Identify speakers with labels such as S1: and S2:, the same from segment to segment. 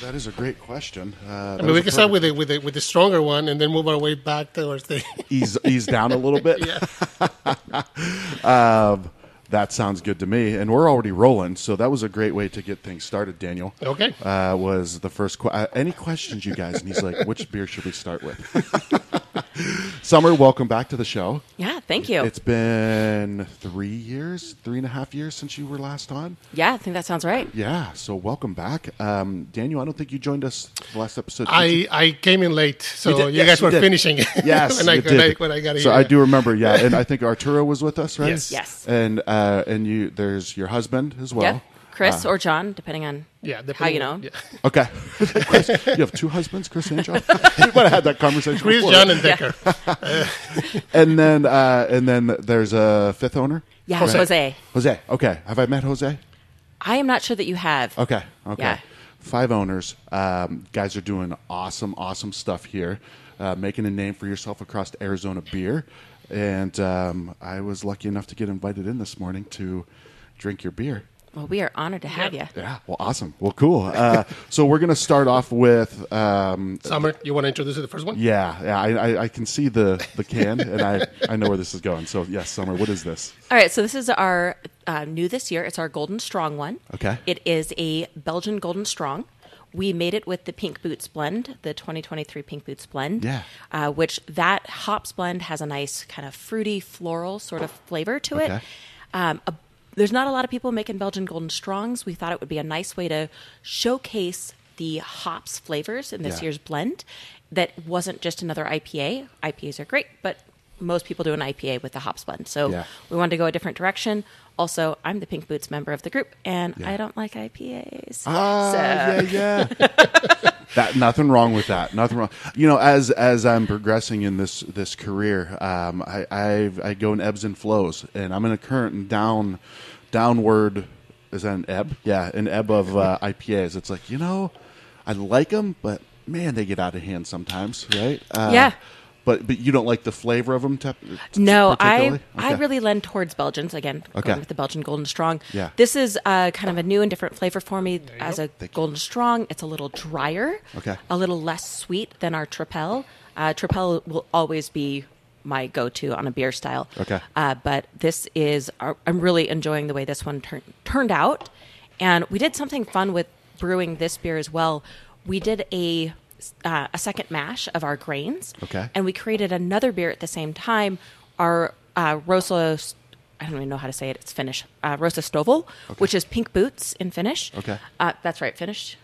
S1: That is a great question. Uh,
S2: I mean, we can start with the, with, the, with the stronger one and then move our way back towards the.
S1: ease ease down a little bit.
S2: yeah.
S1: Um, that sounds good to me. And we're already rolling, so that was a great way to get things started. Daniel,
S2: Okay.
S1: uh, was the first. Qu- uh, any questions, you guys? And he's like, "Which beer should we start with?" Summer, welcome back to the show.
S3: Yeah, thank you.
S1: It's been three years, three and a half years since you were last on.
S3: yeah, I think that sounds right.
S1: Yeah, so welcome back, um, Daniel. I don't think you joined us the last episode. did you?
S2: I, I came in late, so you,
S1: did- yes,
S2: guys
S1: you
S2: were
S1: did.
S2: finishing.
S1: Yes,
S2: when, I,
S1: you
S2: when, I,
S1: did.
S2: when I got here.
S1: So I do remember, yeah, and I think Arturo was with us, right?
S2: Yes.
S3: Yes.
S1: And uh, and you, there's your husband as well. uh,
S3: yeah, Chris or John, depending on
S2: Yeah,
S3: how
S2: depending-
S3: you know.
S2: yeah.
S1: Okay. Chris, you have two husbands, Chris and John. we might have had that conversation.
S2: Chris,
S1: before.
S2: John, and Decker.
S1: and then uh, and then there's a fifth owner.
S3: Yeah,
S1: Right?
S3: Jose.
S1: Jose. Okay. Have I met Jose?
S3: I am not sure that you have.
S1: Okay. Okay.
S3: Yeah.
S1: Five owners. Um, guys are doing awesome, awesome stuff here, uh, making a name for yourself across Arizona beer. And um, I was lucky enough to get invited in this morning to drink your beer.
S3: Well, we are honored to have you.
S1: Yeah. Well, awesome. Well, cool. Uh, so we're going to start off with. Um,
S2: Summer, you want to introduce the first one?
S1: yeah, yeah, I, I, I can see the, the can, and I, I know where this is going. So, yes, Summer, what is this?
S3: All right, so this is our uh, new this year. It's our Golden Strong one.
S1: Okay.
S3: It is a Belgian Golden Strong. We made it with the Pink Boots blend, the 2023 Pink Boots blend.
S1: Yeah.
S3: Uh, which that hops blend has a nice kind of fruity, floral sort of flavor to it.
S1: Okay.
S3: Um, a, there's not a lot of people making Belgian Golden Strongs. We thought it would be a nice way to showcase the hops flavors in this
S1: Yeah.
S3: year's blend that wasn't just another IPA. IPAs are great, but most people do an IPA with the hops blend. So
S1: Yeah.
S3: Oh, we wanted to go a different direction. Also, I'm the Pink Boots member of the group, and
S1: Yeah.
S3: I don't like IPAs.
S1: Ah,
S3: so,
S1: yeah, yeah. that nothing wrong with that. Nothing wrong. You know, as as I'm progressing in this this career, um, I I've, I go in ebbs and flows, and I'm in a current and down downward. Is that an ebb? Yeah, an ebb of uh, IPAs. It's like you know, I like them, but man, they get out of hand sometimes, right? Uh,
S3: Yeah.
S1: But but you don't like the flavor of them, te-
S3: No, I
S1: particularly?
S3: I
S1: Okay.
S3: really lend towards Belgians again.
S1: Okay.
S3: Going with the Belgian Golden Strong.
S1: Yeah.
S3: This is uh, kind of a new and different flavor for me as a
S1: Thank you.
S3: Golden Strong. It's a little drier.
S1: Okay.
S3: A little less sweet than our Tripel. Uh, Tripel will always be my go-to on a beer style.
S1: Okay.
S3: Uh, but this is our, I'm really enjoying the way this one tur- turned out, and we did something fun with brewing this beer as well. We did a uh, a second mash of our grains.
S1: Okay.
S3: And we created another beer at the same time. Our uh, Rosa, I don't even know how to say it. It's Finnish. Uh, Rosa Stovall, which is Pink Boots in Finnish.
S1: Okay.
S3: Uh, that's right, Finnish.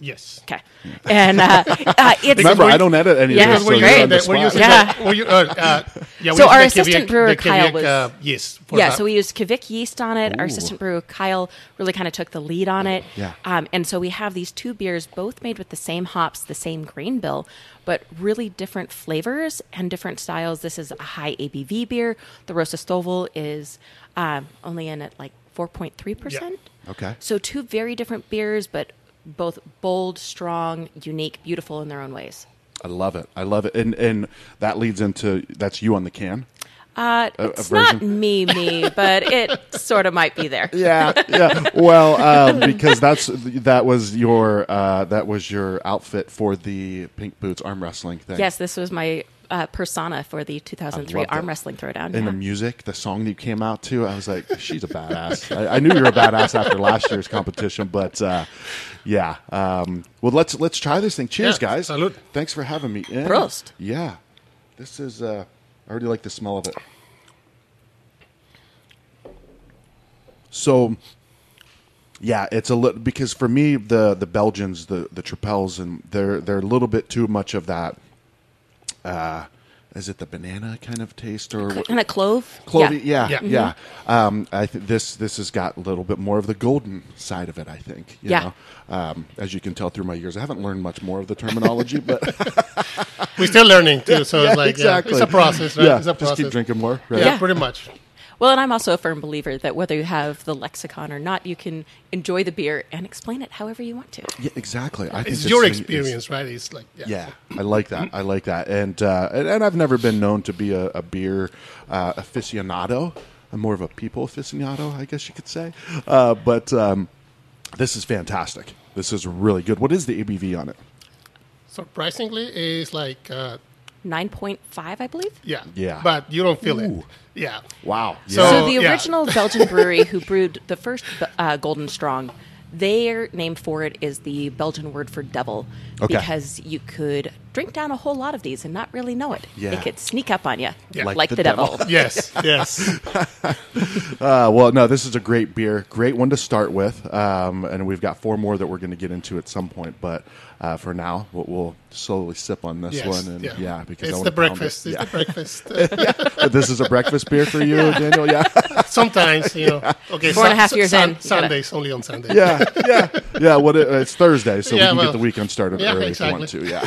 S2: Yes.
S3: Okay. And uh, uh, it's
S1: remember. I don't edit any
S3: Yeah,
S1: of this. so
S2: We're
S3: we're
S1: you're
S3: great.
S1: on the
S2: using, we're
S1: spot.
S2: using
S3: Yeah.
S2: the, we're, u- uh, uh, yeah, we're
S3: So
S2: using
S3: our
S2: the
S3: assistant
S2: Kivik-
S3: brewer,
S2: the
S3: Kyle,
S2: Kivik,
S3: was-
S2: uh, yes. for
S3: yeah,
S2: that.
S3: so we used Kivik yeast on it. Our
S1: Ooh.
S3: assistant brewer Kyle really kind of took the lead on it.
S1: Yeah.
S3: Um, and so we have these two beers, both made with the same hops, the same grain bill, but really different flavors and different styles. This is a high ABV beer. The Rosa Stovall is um, only in at like 4.3%.
S1: Okay.
S3: So two very different beers, but both bold, strong, unique, beautiful in their own ways.
S1: I love it. I love it. And and that leads into that's you on the can.
S3: Uh,
S1: a
S3: it's not
S1: version?
S3: me, me, but it sort of might be there.
S1: Yeah, yeah. Well, um, because that's that was your uh, that was your outfit for the Pink Boots arm wrestling thing.
S3: Yes, this was my uh, persona for the 2003
S1: loved it.
S3: arm wrestling throwdown.
S1: And the
S3: Yeah.
S1: music, the song that you came out to, I was like, she's a badass. I, I knew you were a badass after last year's competition, but uh, yeah. Um, well, let's let's try this thing. Cheers,
S2: Yeah,
S1: guys!
S2: salud.
S1: Thanks for having me. In.
S3: Prost.
S1: Yeah, this is. Uh, I already like the smell of it. So Yeah, it's a little because for me the the Belgians the the tripels and they're they're a little bit too much of that. Uh, is it the banana kind of taste or
S3: And a clove.
S1: clovey? Yeah, yeah.
S2: Yeah.
S3: Mm-hmm.
S1: Um, I th- this this has got a little bit more of the golden side of it. I think. You
S3: Yeah.
S1: Know? Um, as you can tell through my years, I haven't learned much more of the terminology, but
S2: We're still learning, too. So it's like,
S1: exactly,
S2: yeah, it's a process, right?
S1: Yeah,
S2: it's a process.
S1: just keep drinking more. Right?
S2: Yeah,
S3: Yeah.
S2: pretty much.
S3: Well, and I'm also a firm believer that whether you have the lexicon or not, you can enjoy the beer and explain it however you want to.
S1: Yeah, exactly. I think
S2: It's
S1: this
S2: your
S1: thing is-
S2: experience, right? It's like, yeah.
S1: Yeah, I like that. I like that, and uh, and, and I've never been known to be a, a beer uh, aficionado. I'm more of a people aficionado, I guess you could say. Uh, but um, this is fantastic. This is really good. What is the ABV on it?
S2: Surprisingly, it's like uh,
S3: 9.5, I believe.
S2: yeah,
S1: Yeah.
S2: but you don't feel
S1: Ooh.
S2: it. Yeah,
S1: Wow.
S2: So-
S1: Yeah.
S3: So the
S2: yeah.
S3: original Belgian brewery who brewed the first uh, Golden Strong, their name for it is the Belgian word for devil,
S1: Okay.
S3: because you could drink down a whole lot of these and not really know it.
S1: Yeah.
S3: It could sneak up on you,
S2: Yeah.
S3: like,
S1: Like
S3: the,
S1: the
S3: devil.
S2: yes, yes.
S1: Uh, well, no, this is a great beer, great one to start with, um, and we've got four more that we're going to get into at some point. But uh, for now, we'll, we'll slowly sip on this
S2: yes.
S1: one, and yeah, because I
S2: it's
S1: wanna pound
S2: the
S1: it.
S2: breakfast. It's
S1: Yeah.
S2: the breakfast. Uh,
S1: this is a breakfast beer for you, Daniel. Yeah,
S2: Sometimes you know. Okay,
S3: Four and a
S2: Sun-
S3: half years
S2: Sun-
S3: in, you gotta-
S2: Sundays only on Sundays.
S1: yeah, yeah, yeah. What it, it's Thursday, so we
S2: Yeah,
S1: can get
S2: well,
S1: the weekend started
S2: yeah,
S1: early if
S2: exactly.
S1: we want to. Yeah.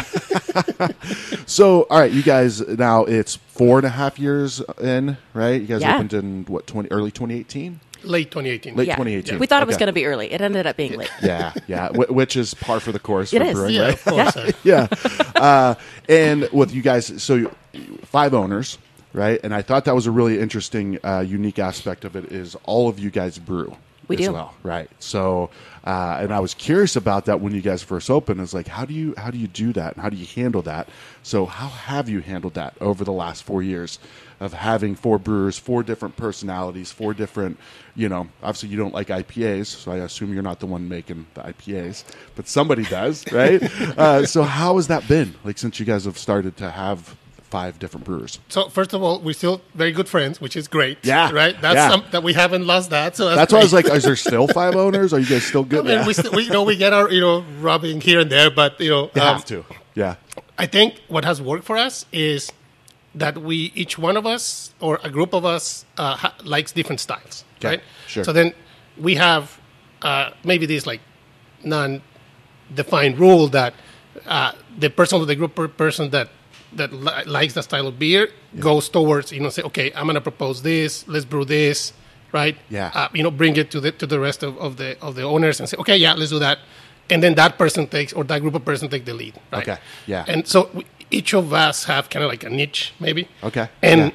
S1: so, all right, you guys. Now it's four and a half years in, right? You guys
S3: Yeah.
S1: opened in what twenty early twenty eighteen.
S2: Late 2018.
S1: Late- 2018.
S3: We thought it was
S1: Okay.
S3: going to be early. It ended up being late.
S1: Yeah, yeah, wh- which is par for the course
S3: It
S1: for
S3: is.
S1: brewing,
S2: yeah,
S1: right?
S2: of course. uh,
S1: yeah. Uh, and with you guys, so you- five owners, right? And I thought that was a really interesting, uh, unique aspect of it is all of you guys brew.
S3: We
S1: as
S3: do.
S1: well, right? So, uh, and I was curious about that when you guys first opened. Is like, how do you how do you do that, and how do you handle that? So, how have you handled that over the last four years of having four brewers, four different personalities, four different, you know, obviously you don't like IPAs, so I assume you're not the one making the IPAs, but somebody does, right? uh, so, how has that been like since you guys have started to have five different brewers?
S2: So first of all, we're still very good friends, which is great.
S1: Yeah,
S2: right. That's
S1: yeah.
S2: some, that we haven't lost that. So that's,
S1: That's why I was
S2: great.
S1: like, is there still five owners? Are you guys still good?
S2: I mean, we, st- we you know we get our you know rubbing here and there, but you know
S1: You
S2: um,
S1: have to, yeah.
S2: I think what has worked for us is that we each one of us or a group of us uh, ha- likes different styles,
S1: Okay,
S2: right?
S1: sure.
S2: So then we have uh, maybe this like non-defined rule that uh, the person or the group or person that that li- likes the style of beer goes towards you know say okay I'm gonna propose this let's brew this right
S1: Yeah.
S2: uh, you know bring it to the to the rest of, of the of the owners and say okay yeah let's do that and then that person takes or that group of person take the lead right?
S1: Okay, yeah.
S2: And so we, each of us have kind of like a niche, maybe.
S1: Okay,
S2: And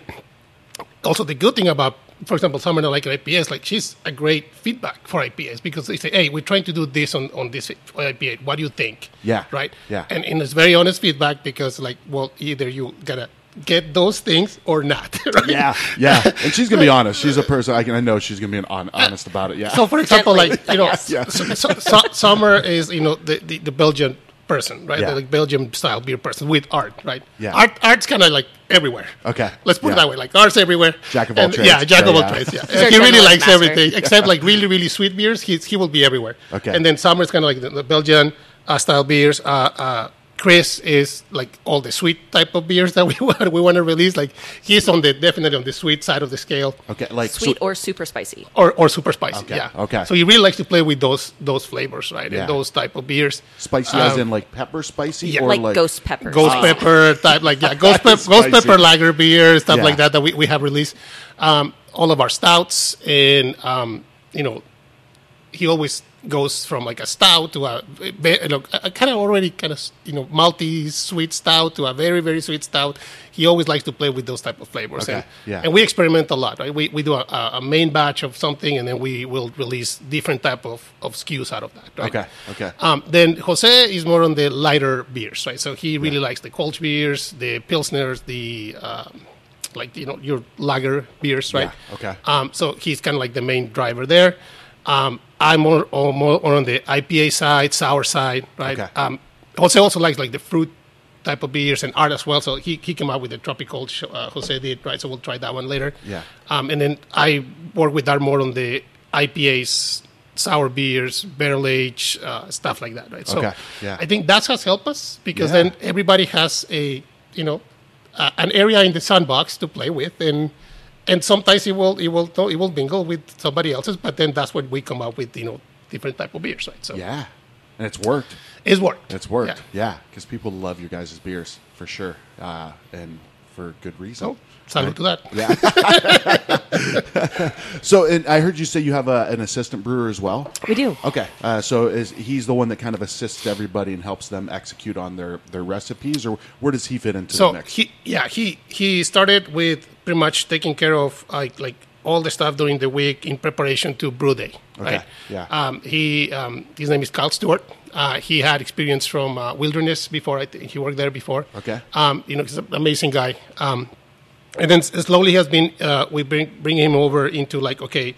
S2: also the good thing about, for example, someone like an IPS, like she's a great feedback for IPS because they say, hey, we're trying to do this on, on this IPA. What do you think?
S1: Yeah,
S2: Right?
S1: yeah.
S2: And, and it's very honest feedback because, like, well, either you got to get those things or not. Right?
S1: Yeah, yeah. And she's gonna be honest. She's a person I can. I know she's gonna be an hon- honest about it. Yeah.
S2: So, for example,
S3: Gently,
S2: like you know,
S3: yes.
S1: Yeah.
S2: so, so, so, Summer is you know the, the, the Belgian person, right?
S1: Yeah.
S2: The like, Belgian style beer person with art, right?
S1: Yeah.
S2: Art art's kind of like everywhere.
S1: Okay.
S2: Let's put it
S1: Yeah.
S2: that way. Like art's everywhere.
S1: Jack of all
S2: And-
S1: trades.
S2: Yeah, jack
S1: Yeah,
S2: of all
S1: yeah.
S2: trades. Yeah.
S3: He's our
S2: he really
S3: generalist
S2: likes
S3: master.
S2: everything except like really really sweet beers. He's he will be everywhere.
S1: Okay.
S2: And then Summer's kind of like the, the Belgian uh, style beers. Uh, uh, Chris is like all the sweet type of beers that we want we want to release. Like he's on the definitely on the sweet side of the scale
S1: okay, like so-
S3: Sweet or super spicy.
S2: or, or super spicy.
S1: Okay,
S2: Yeah.
S1: okay.
S2: So he really likes to play with those those flavors, right?
S1: Yeah.
S2: And those type of beers.
S1: spicy as in like pepper spicy
S2: yeah.
S1: or
S3: Oh. Like,
S1: like,
S3: ghost pepper.
S2: Ghost
S3: spicy.
S2: pepper type, like yeah, ghost, pep-
S1: Spicy.
S2: ghost pepper lager beer stuff
S1: Yeah.
S2: like that that we, we have released. Um, all of our stouts and um, you know, he always goes from like a stout to a, ve- you know, a a kind of already kind of you know malty sweet stout to a very very sweet stout. He always likes to play with those type of flavors.
S1: Okay,
S2: And,
S1: yeah.
S2: and we experiment a lot, right? We, we do a, a a main batch of something, and then we will release different type of, of skews out of that. Right?
S1: Okay, okay.
S2: Um, then Jose is more on the lighter beers, right? So he really likes the Kolsch beers, the pilsners, the um, like you know your lager beers, right?
S1: Yeah, okay.
S2: Um, so he's kind of like the main driver there. Um, I'm more, or more on the IPA side, sour side, right?
S1: Okay.
S2: Um, Jose also likes like the fruit type of beers and art as well. So he, he came out with the tropical sh- uh, Jose did, right? So we'll try that one later.
S1: Yeah.
S2: Um, and then I work with Art more on the IPAs, sour beers, barrel age, uh, stuff like that, right? So
S1: Okay, yeah.
S2: I think that has helped us because
S1: Yeah.
S2: then everybody has a you know uh, an area in the sandbox to play with and and sometimes it will it will it will mingle with somebody else's but then that's when we come up with you know different type of beers right so
S1: yeah, and it's worked.
S2: it's worked
S1: It's worked.
S2: Yeah.
S1: Yeah, because people love your guys' beers for sure, uh, and for good reason.
S2: so salute to that
S1: Yeah. so, and I heard you say you have a, an assistant brewer as well.
S3: We do.
S1: Okay, uh, so is he's the one that kind of assists everybody and helps them execute on their, their recipes, or where does he fit into
S2: so
S1: the mix?
S2: he yeah he he started with pretty much taking care of like like all the stuff during the week in preparation to brew day
S1: Okay,
S2: right
S1: yeah.
S2: um, he um, his name is Carl Stewart Uh, he had experience from uh, Wilderness before. I think he worked there before.
S1: Okay.
S2: Um, you know, he's an amazing guy. Um, and then s- slowly has been uh, we bring bring him over into like okay,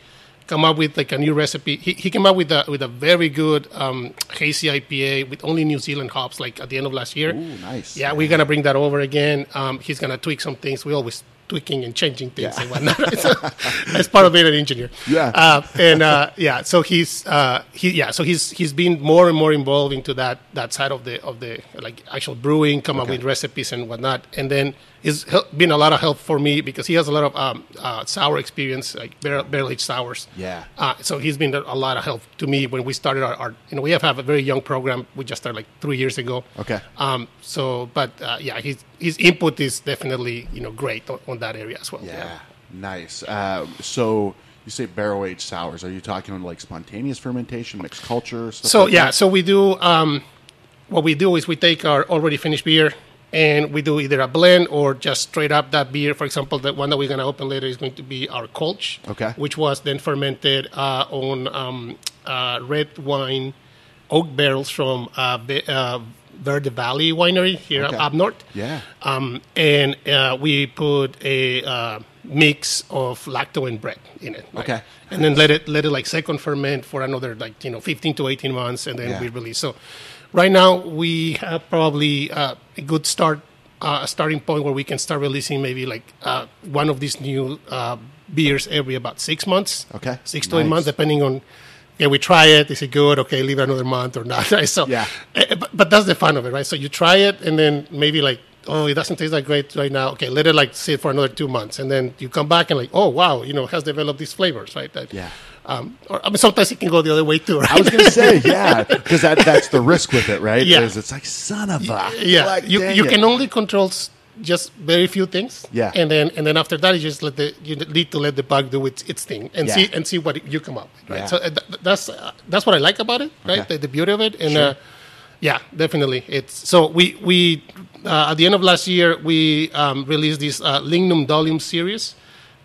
S2: come up with like a new recipe. He, he came up with a with a very good um, hazy IPA with only New Zealand hops. Like at the end of last year.
S1: Ooh, nice.
S2: Yeah, we're gonna bring that over again. Um, he's gonna tweak some things. We always tweaking and changing things and whatnot. So, As part of being an engineer.
S1: Yeah.
S2: Uh, and uh, yeah, so he's uh, he yeah, so he's he's been more and more involved into that that side of the of the like actual brewing, come up with recipes and whatnot. And then it's hel- been a lot of help for me because he has a lot of um, uh, sour experience, like barrel barrel aged sours.
S1: Yeah.
S2: Uh, so he's been a lot of help to me when we started our, our you know we have, have a very young program we just started like three years ago.
S1: Okay.
S2: Um, so, but uh, yeah, his his input is definitely you know great on, on that area as well.
S1: Yeah, nice. Uh, so you say barrel aged sours? Are you talking like spontaneous fermentation, mixed culture? Stuff
S2: So
S1: like
S2: yeah,
S1: that?
S2: so we do um, what we do is we take our already finished beer and we do either a blend or just straight up that beer. For example, the one that we're gonna open later is going to be our Kolsch,
S1: Okay.
S2: which was then fermented uh, on um, uh, red wine oak barrels from uh, Ve- uh, Verde Valley Winery here
S1: Okay.
S2: up north.
S1: yeah.
S2: um, and uh, we put a uh, mix of lacto and bread in it. right?
S1: Okay.
S2: and then let it let it like second ferment for another like you know 15 to 18 months, and then
S1: Yeah.
S2: we release. So right now we have probably uh, a good start uh, a starting point where we can start releasing maybe like uh, one of these new uh, beers every about six months.
S1: Okay.
S2: six to eight
S1: Nice.
S2: months, depending on. Yeah, we try it. Is it good? Okay, leave it another month or not. Right? So
S1: Yeah.
S2: Eh, eh, but, but that's the fun of it, right? So you try it, and then maybe like, oh, it doesn't taste that great right now. Okay, let it like sit for another two months, and then you come back and like, oh wow, you know, it has developed these flavors, right? That,
S1: Yeah.
S2: Um, or I mean, sometimes it can go the other way too, right?
S1: I was gonna say yeah, because that, that's the risk with it, right?
S2: Yeah.
S1: Is it's like son of a
S2: yeah,
S1: like,
S2: you
S1: dang
S2: you
S1: it.
S2: can only control s- just very few things.
S1: Yeah.
S2: and then and then after that, you just let the you need to let the bug do its its thing and
S1: Yeah.
S2: see and see what you come up with. Right.
S1: Yeah.
S2: So uh, th- th- that's uh, that's what I like about it. Right.
S1: Okay.
S2: The, the beauty of it and. Uh, yeah, definitely. It's so we we uh, at the end of last year we um, released this uh, lignum dolium series,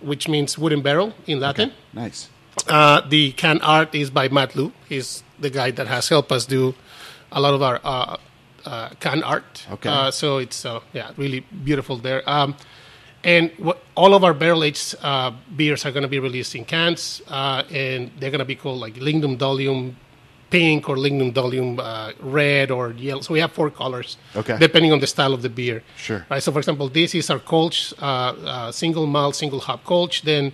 S2: which means wooden barrel in Latin.
S1: nice.
S2: Uh, the can art is by Matt Lu. He's the guy that has helped us do a lot of our uh, uh, can art.
S1: Okay.
S2: Uh, so it's uh, yeah, really beautiful there. Um, and what, all of our barrel aged uh, beers are going to be released in cans, uh, and they're going to be called like Lignum Dolium Pink or Lignum Dolium uh, Red or Yellow. So we have four colors,
S1: Okay.
S2: depending on the style of the beer.
S1: Sure.
S2: Right. So for example, this is our Kolsch, uh, uh, single malt, single hop Kolsch. Then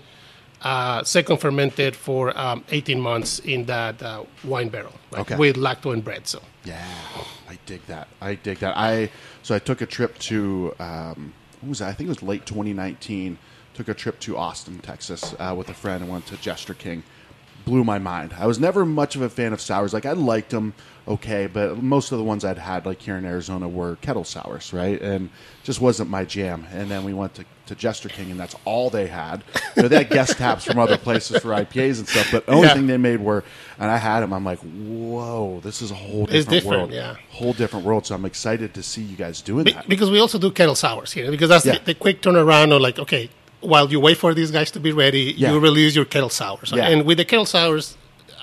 S2: uh, second fermented for um, 18 months in that uh, wine barrel right?
S1: Okay.
S2: with lacto and bread. So
S1: Yeah, I dig that. I dig that. I so I took a trip to um, what was that? I think it was late 2019. Took a trip to Austin, Texas, uh, with a friend and went to Jester King. Blew my mind. I was never much of a fan of sours. Like I liked them, okay, but most of the ones I'd had like here in Arizona were kettle sours, right? And just wasn't my jam. And then we went to, to Jester King, and that's all they had. So they had guest taps from other places for IPAs and stuff, but the only
S2: Yeah.
S1: thing they made were, and I had them. I'm like, whoa, this is a whole
S2: It's
S1: different,
S2: different,
S1: world.
S2: yeah.
S1: Whole different world. So I'm excited to see you guys doing
S2: Be-
S1: that.
S2: because we also do kettle sours here because that's
S1: Yeah.
S2: the, the quick turnaround. Or like okay, while you wait for these guys to be ready,
S1: Yeah.
S2: you release your kettle sours.
S1: Yeah.
S2: And with the kettle sours,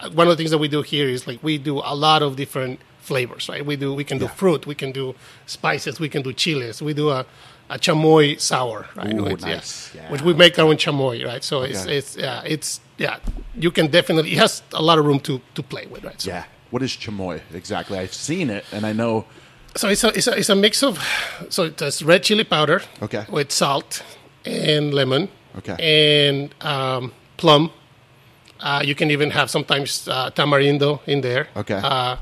S2: uh, one of the things that we do here is like we do a lot of different flavors. Right? We do we can do fruit, we can do spices, we can do chiles, we do a. A chamoy sour, right?
S1: Ooh,
S2: Which- yeah.
S1: nice. Yeah.
S2: Which we make our own chamoy, right? So it's
S1: Okay.
S2: it's yeah, it's yeah. You can definitely it has a lot of room to to play with, right? So,
S1: yeah. What is chamoy exactly? I've seen it and I know.
S2: So it's a, it's a, it's a mix of, so it's red chili powder.
S1: Okay.
S2: With salt and lemon.
S1: Okay.
S2: And um, plum. Uh, you can even have sometimes uh, tamarindo in there.
S1: Okay.
S2: Uh,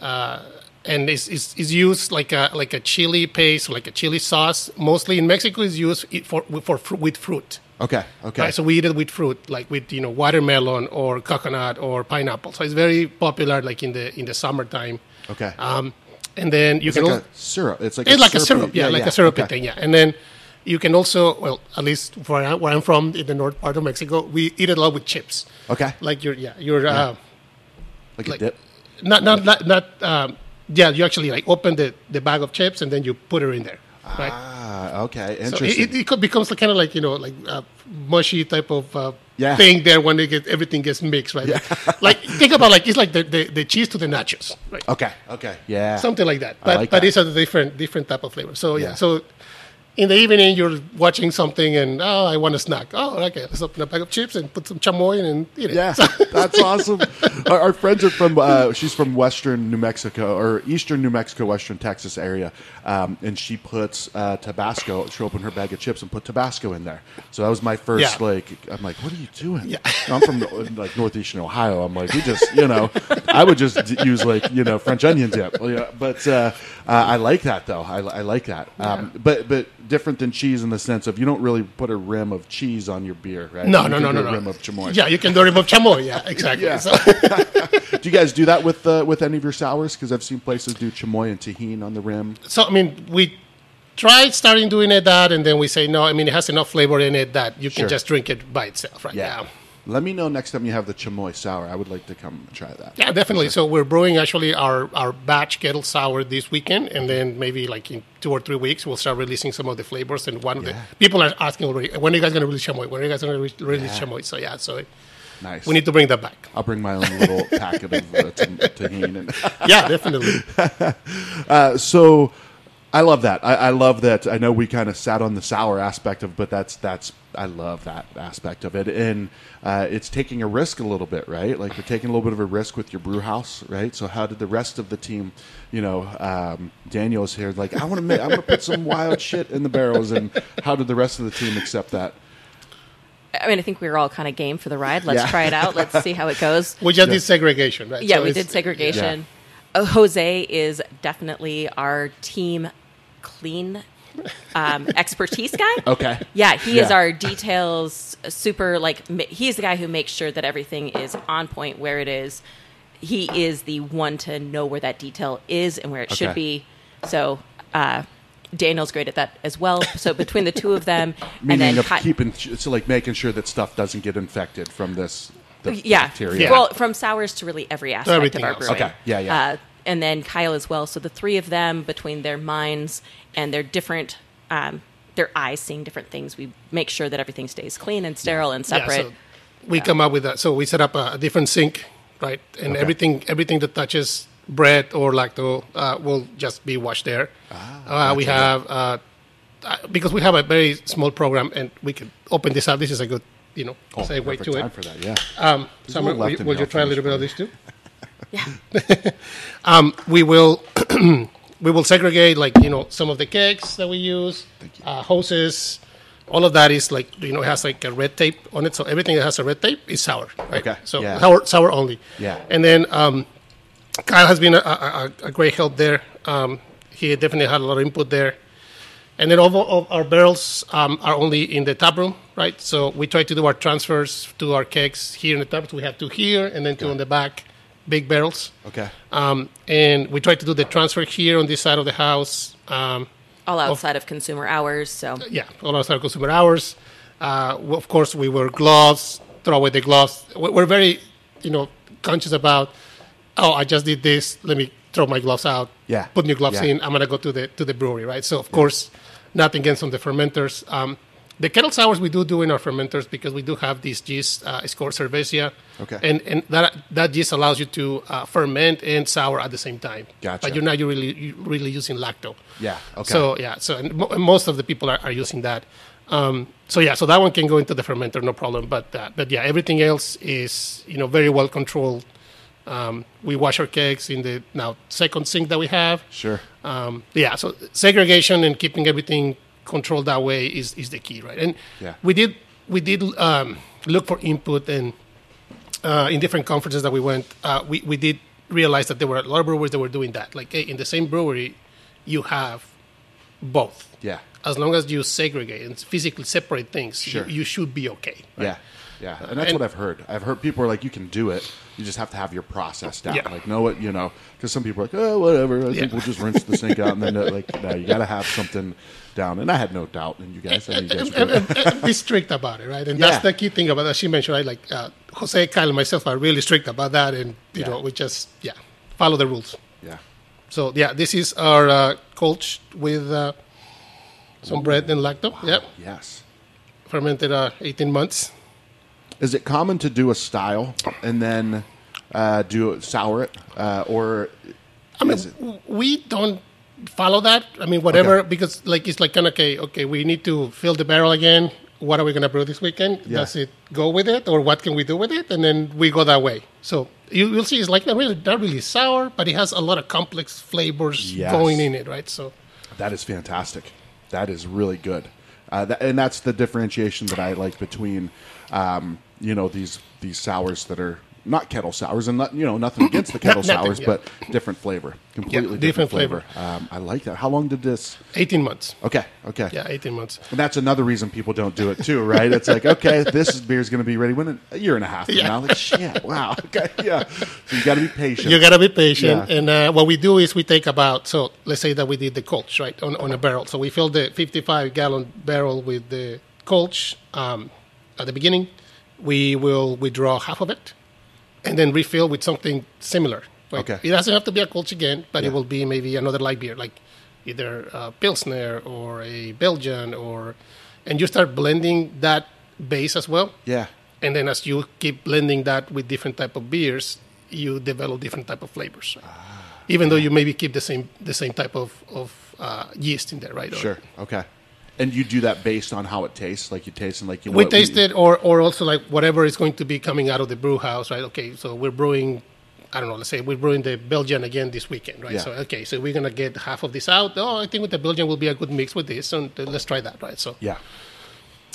S2: and it's, it's, it's used like a like a chili paste, like a chili sauce. Mostly in Mexico, it's used it for for fru- with fruit.
S1: Okay. Okay.
S2: Right, so we eat it with fruit, like with you know watermelon or coconut or pineapple. So it's very popular, like in the in the summertime.
S1: okay.
S2: Um, and then you
S1: it's
S2: can
S1: like
S2: al-
S1: a syrup. It's like
S2: it's
S1: a
S2: like
S1: syrupy-
S2: a syrup, yeah, like a syrupy
S1: okay.
S2: thing, yeah. And then you can also, well, at least where, I, where I'm from in the north part of Mexico, we eat it a lot with chips,
S1: Okay. Like,
S2: like your yeah, your Uh,
S1: a
S2: like-
S1: dip.
S2: not not not, not um, yeah, you actually like open the, the bag of chips and then you put it in there, right?
S1: Ah, okay.
S2: So
S1: Interesting.
S2: it, it, it co- becomes kind of like you know like a mushy type of uh,
S1: Yeah.
S2: thing there when they get everything gets mixed, right? like think about like it's like the, the, the cheese to the nachos, right?
S1: Okay. Okay. Yeah.
S2: something like that.
S1: I
S2: But
S1: like
S2: but
S1: that.
S2: it's a different different type of flavor. So yeah.
S1: Yeah.
S2: So in the evening you're watching something and oh I want a snack. Oh okay, let's open a bag of chips and put some chamoy in and eat it.
S1: Yeah, that's awesome. Our, our friends are from. Uh, she's from Western New Mexico or Eastern New Mexico, Western Texas area, um, and she puts uh, Tabasco. She opened her bag of chips and put Tabasco in there. So that was my first
S2: Yeah.
S1: like. I'm like, what are you doing?
S2: Yeah.
S1: I'm from like northeastern Ohio. I'm like, we just you know, I would just d- use like you know French onion dip. Well, yeah, but uh, uh, I like that though. I, I like that. Um, But but different than cheese in the sense of you don't really put a rim of cheese on your beer, right?
S2: No,
S1: You
S2: no,
S1: can
S2: no,
S1: do
S2: no,
S1: a
S2: no.
S1: Rim of chamoy.
S2: Yeah, you can do rim of chamoy. Yeah, exactly.
S1: Yeah.
S2: So-
S1: Do you guys do that with uh, with any of your sours? Because I've seen places do chamoy and tahine on the rim.
S2: so I mean, we tried starting doing it that, and then we say no. I mean, it has enough flavor in it that you can
S1: Sure.
S2: just drink it by itself, right? now.
S1: Let me know next time you have the chamoy sour. I would like to come try that.
S2: Yeah, definitely. So we're brewing actually our, our batch kettle sour this weekend, and then maybe like in two or three weeks we'll start releasing some of the flavors. And one of the
S1: Yeah.
S2: people are asking already, when are you guys going to release chamoy? When are you guys going to re- release chamoy? So yeah, so
S1: Nice.
S2: we need to bring that back.
S1: I'll bring my own little packet of uh, t- tahine. And,
S2: Yeah, definitely.
S1: uh, so I love that. I, I love that. I know we kind of sat on the sour aspect of, but that's that's I love that aspect of it, and uh, it's taking a risk a little bit, right? Like you're taking a little bit of a risk with your brew house, right? So how did the rest of the team, you know, um, Daniel's here, like I want to make, I'm going to put some wild shit in the barrels, and how did the rest of the team accept that?
S3: I mean, I think we were all kind of game for the ride. Let's
S1: Yeah.
S3: try it out. Let's see how it goes.
S2: We just did segregation, right?
S3: Yeah,
S2: So
S3: we
S2: it's-
S3: did segregation. Uh, Jose is definitely our team clean um, expertise guy.
S1: Okay.
S3: Yeah, he is
S1: Yeah.
S3: our details super like ma- he's the guy who makes sure that everything is on point where it is. He is the one to know where that detail is and where it should
S1: Okay.
S3: be. So, uh, Daniel's great at that as well. So between the two of them, and
S1: Meaning
S3: then
S1: of
S3: Ki-
S1: keeping, so like making sure that stuff doesn't get infected from this. The
S3: yeah.
S1: bacteria.
S2: Yeah.
S3: Well, from sours to really every aspect
S2: everything
S3: of our
S2: else.
S3: brewing.
S1: Okay. Yeah, yeah.
S3: Uh, and then Kyle as well. So the three of them between their minds and their different um, their eyes seeing different things, we make sure that everything stays clean and sterile and
S2: yeah,
S3: separate.
S2: so we come up with that. So we set up a, a different sink, right? And everything everything that touches bread or lacto uh, will just be washed there.
S1: Ah,
S2: uh, we have uh, uh, because we have a very small program, and we can open this up. This is a good you know
S1: Oh,
S2: segue
S1: perfect
S2: to
S1: time
S2: it.
S1: for that. Yeah.
S2: Um,
S1: a
S2: Summer,
S1: little
S2: will,
S1: left
S2: you-
S1: in
S2: will
S1: here.
S2: you
S1: I'll
S2: try a
S1: finish
S2: little bit
S1: mine.
S2: of this too?
S3: yeah.
S2: we will we will segregate like you know some of the cakes that we use uh, hoses all of that is like you know it has like a red tape on it so everything that has a red tape is sour right
S1: Okay,
S2: so
S1: yeah.
S2: sour sour only
S1: Yeah.
S2: and then um, kyle has been a, a, a a great help there um, he definitely had a lot of input there and then all of our barrels um, are only in the tap room, right? So we try to do our transfers to our cakes here in the tap. We have two here and then two on the back, big barrels.
S1: Okay.
S2: Um, and we try to do the transfer here on this side of the house. Um,
S3: All outside of consumer hours. So
S2: yeah, all our consumer hours. Uh, w- of course, we wear gloves, throw away the gloves. We- We're very, you know, conscious about. Oh, I just did this. Let me throw my gloves out.
S1: Yeah.
S2: Put new gloves
S1: Yeah.
S2: in. I'm gonna go to the to the brewery, right? So of course, nothing against on the fermenters. Um, the kettle sours we do do in our fermenters because we do have this yeast uh, it's called Cervesia.
S1: Okay.
S2: And and that that yeast allows you to uh, ferment and sour at the same time.
S1: Gotcha.
S2: But you're not you really you really using lacto.
S1: Yeah, okay.
S2: So yeah. So and mo- and most of the people are, are using that. Um, so yeah. So that one can go into the fermenter, no problem. But uh, but yeah, everything else is you know very well controlled. Um, we wash our cakes in the now second sink that we have.
S1: Sure.
S2: Um, yeah. So segregation and keeping everything controlled that way is is the key, right? And
S1: Yeah.
S2: we did we did um, look for input and uh, in different conferences that we went, uh, we, we did realize that there were a lot of brewers that were doing that. Like hey, in the same brewery, you have both.
S1: Yeah.
S2: As long as you segregate and physically separate things,
S1: Sure.
S2: you, you should be okay. right?
S1: Yeah. Yeah. And that's
S2: and-
S1: what I've heard. I've heard people are like, you can do it. You just have to have your process down.
S2: Yeah.
S1: Like, know what, you know, because some people are like, oh, whatever. I
S2: Yeah.
S1: think we'll just rinse the sink out. And then, they're like, no, you got to have something down. And I had no doubt in you guys. I mean, you guys were-
S2: And- and- and be strict about it, right? And
S1: Yeah.
S2: that's the key thing about that. She mentioned, right? Like uh, Jose, Kyle, and myself are really strict about that, and you
S1: Yeah.
S2: know, we just yeah follow the rules.
S1: yeah.
S2: So yeah, this is our uh, colch with uh, some bread and lacto. Yep,
S1: Yes.
S2: fermented uh, 18 months.
S1: Is it common to do a style and then uh, do sour it, uh, or
S2: I mean,
S1: is it-
S2: w- we don't follow that. I mean, whatever,
S1: Okay.
S2: because like it's like kind of okay, okay, we need to fill the barrel again. What are we going to brew this weekend?
S1: Yeah.
S2: Does it go with it, or what can we do with it? And then we go that way. So you, you'll see, it's like not really, not really sour, but it has a lot of complex flavors
S1: Yes.
S2: going in it, right? So
S1: That is fantastic. That is really good, uh, that, and that's the differentiation that I like between, um, you know, these these sours that are not kettle sours, and not you know nothing against the kettle
S2: nothing,
S1: sours,
S2: yeah.
S1: but different flavor, completely different,
S2: different
S1: flavor.
S2: flavor.
S1: Um, I like that. How long did this?
S2: eighteen months.
S1: Okay, okay,
S2: Yeah, eighteen months.
S1: And that's another reason people don't do it too, right? It's like, okay, this beer's going to be ready when in a year and a half from
S2: Yeah.
S1: now. Like, shit, wow, okay, yeah. So you got to be patient.
S2: You gotta be patient.
S1: Yeah.
S2: And uh, what we do is we take about so let's say that we did the colch right on, on a barrel. So we fill the 55 gallon barrel with the colch um, at the beginning. We will withdraw half of it, and then refill with something similar. Right?
S1: Okay.
S2: It doesn't have to be a colch again, but
S1: Yeah.
S2: it will be maybe another light beer, like either a pilsner or a Belgian, or and you start blending that base as well
S1: yeah,
S2: and then as you keep blending that with different type of beers you develop different type of flavors
S1: Ah,
S2: even though you maybe keep the same the same type of, of uh, yeast in there right Or-
S1: sure, okay. And you do that based on how it tastes, like you taste and like you. know
S2: we
S1: what
S2: taste it or, or also like whatever is going to be coming out of the brew house right okay so we're brewing i don't know let's say we're brewing the belgian again this weekend right
S1: Yeah.
S2: so okay so we're going to get half of this out oh i think with the belgian will be a good mix with this and uh, let's try that right so
S1: Yeah.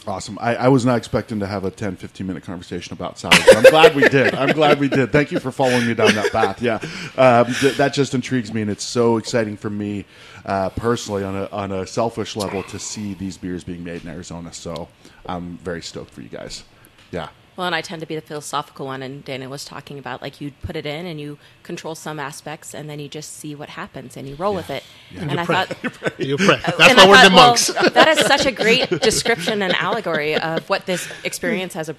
S1: Awesome. I, I was not expecting to have a 10, 15 minute conversation about salads. I'm glad we did. I'm glad we did. Thank you for following me down that path. Yeah. Um, th- that just intrigues me, and it's so exciting for me uh, personally on a, on a selfish level to see these beers being made in Arizona. So I'm very stoked for you guys. Yeah.
S3: Well, and I tend to be the philosophical one, and Dana was talking about like you put it in and you control some aspects, and then you just see what happens and you roll with it. And, I thought,
S2: you pray that's
S3: and
S2: why
S3: I
S2: we're
S3: thought,
S2: the monks
S3: Well, that is such a great description and allegory of what this experience as a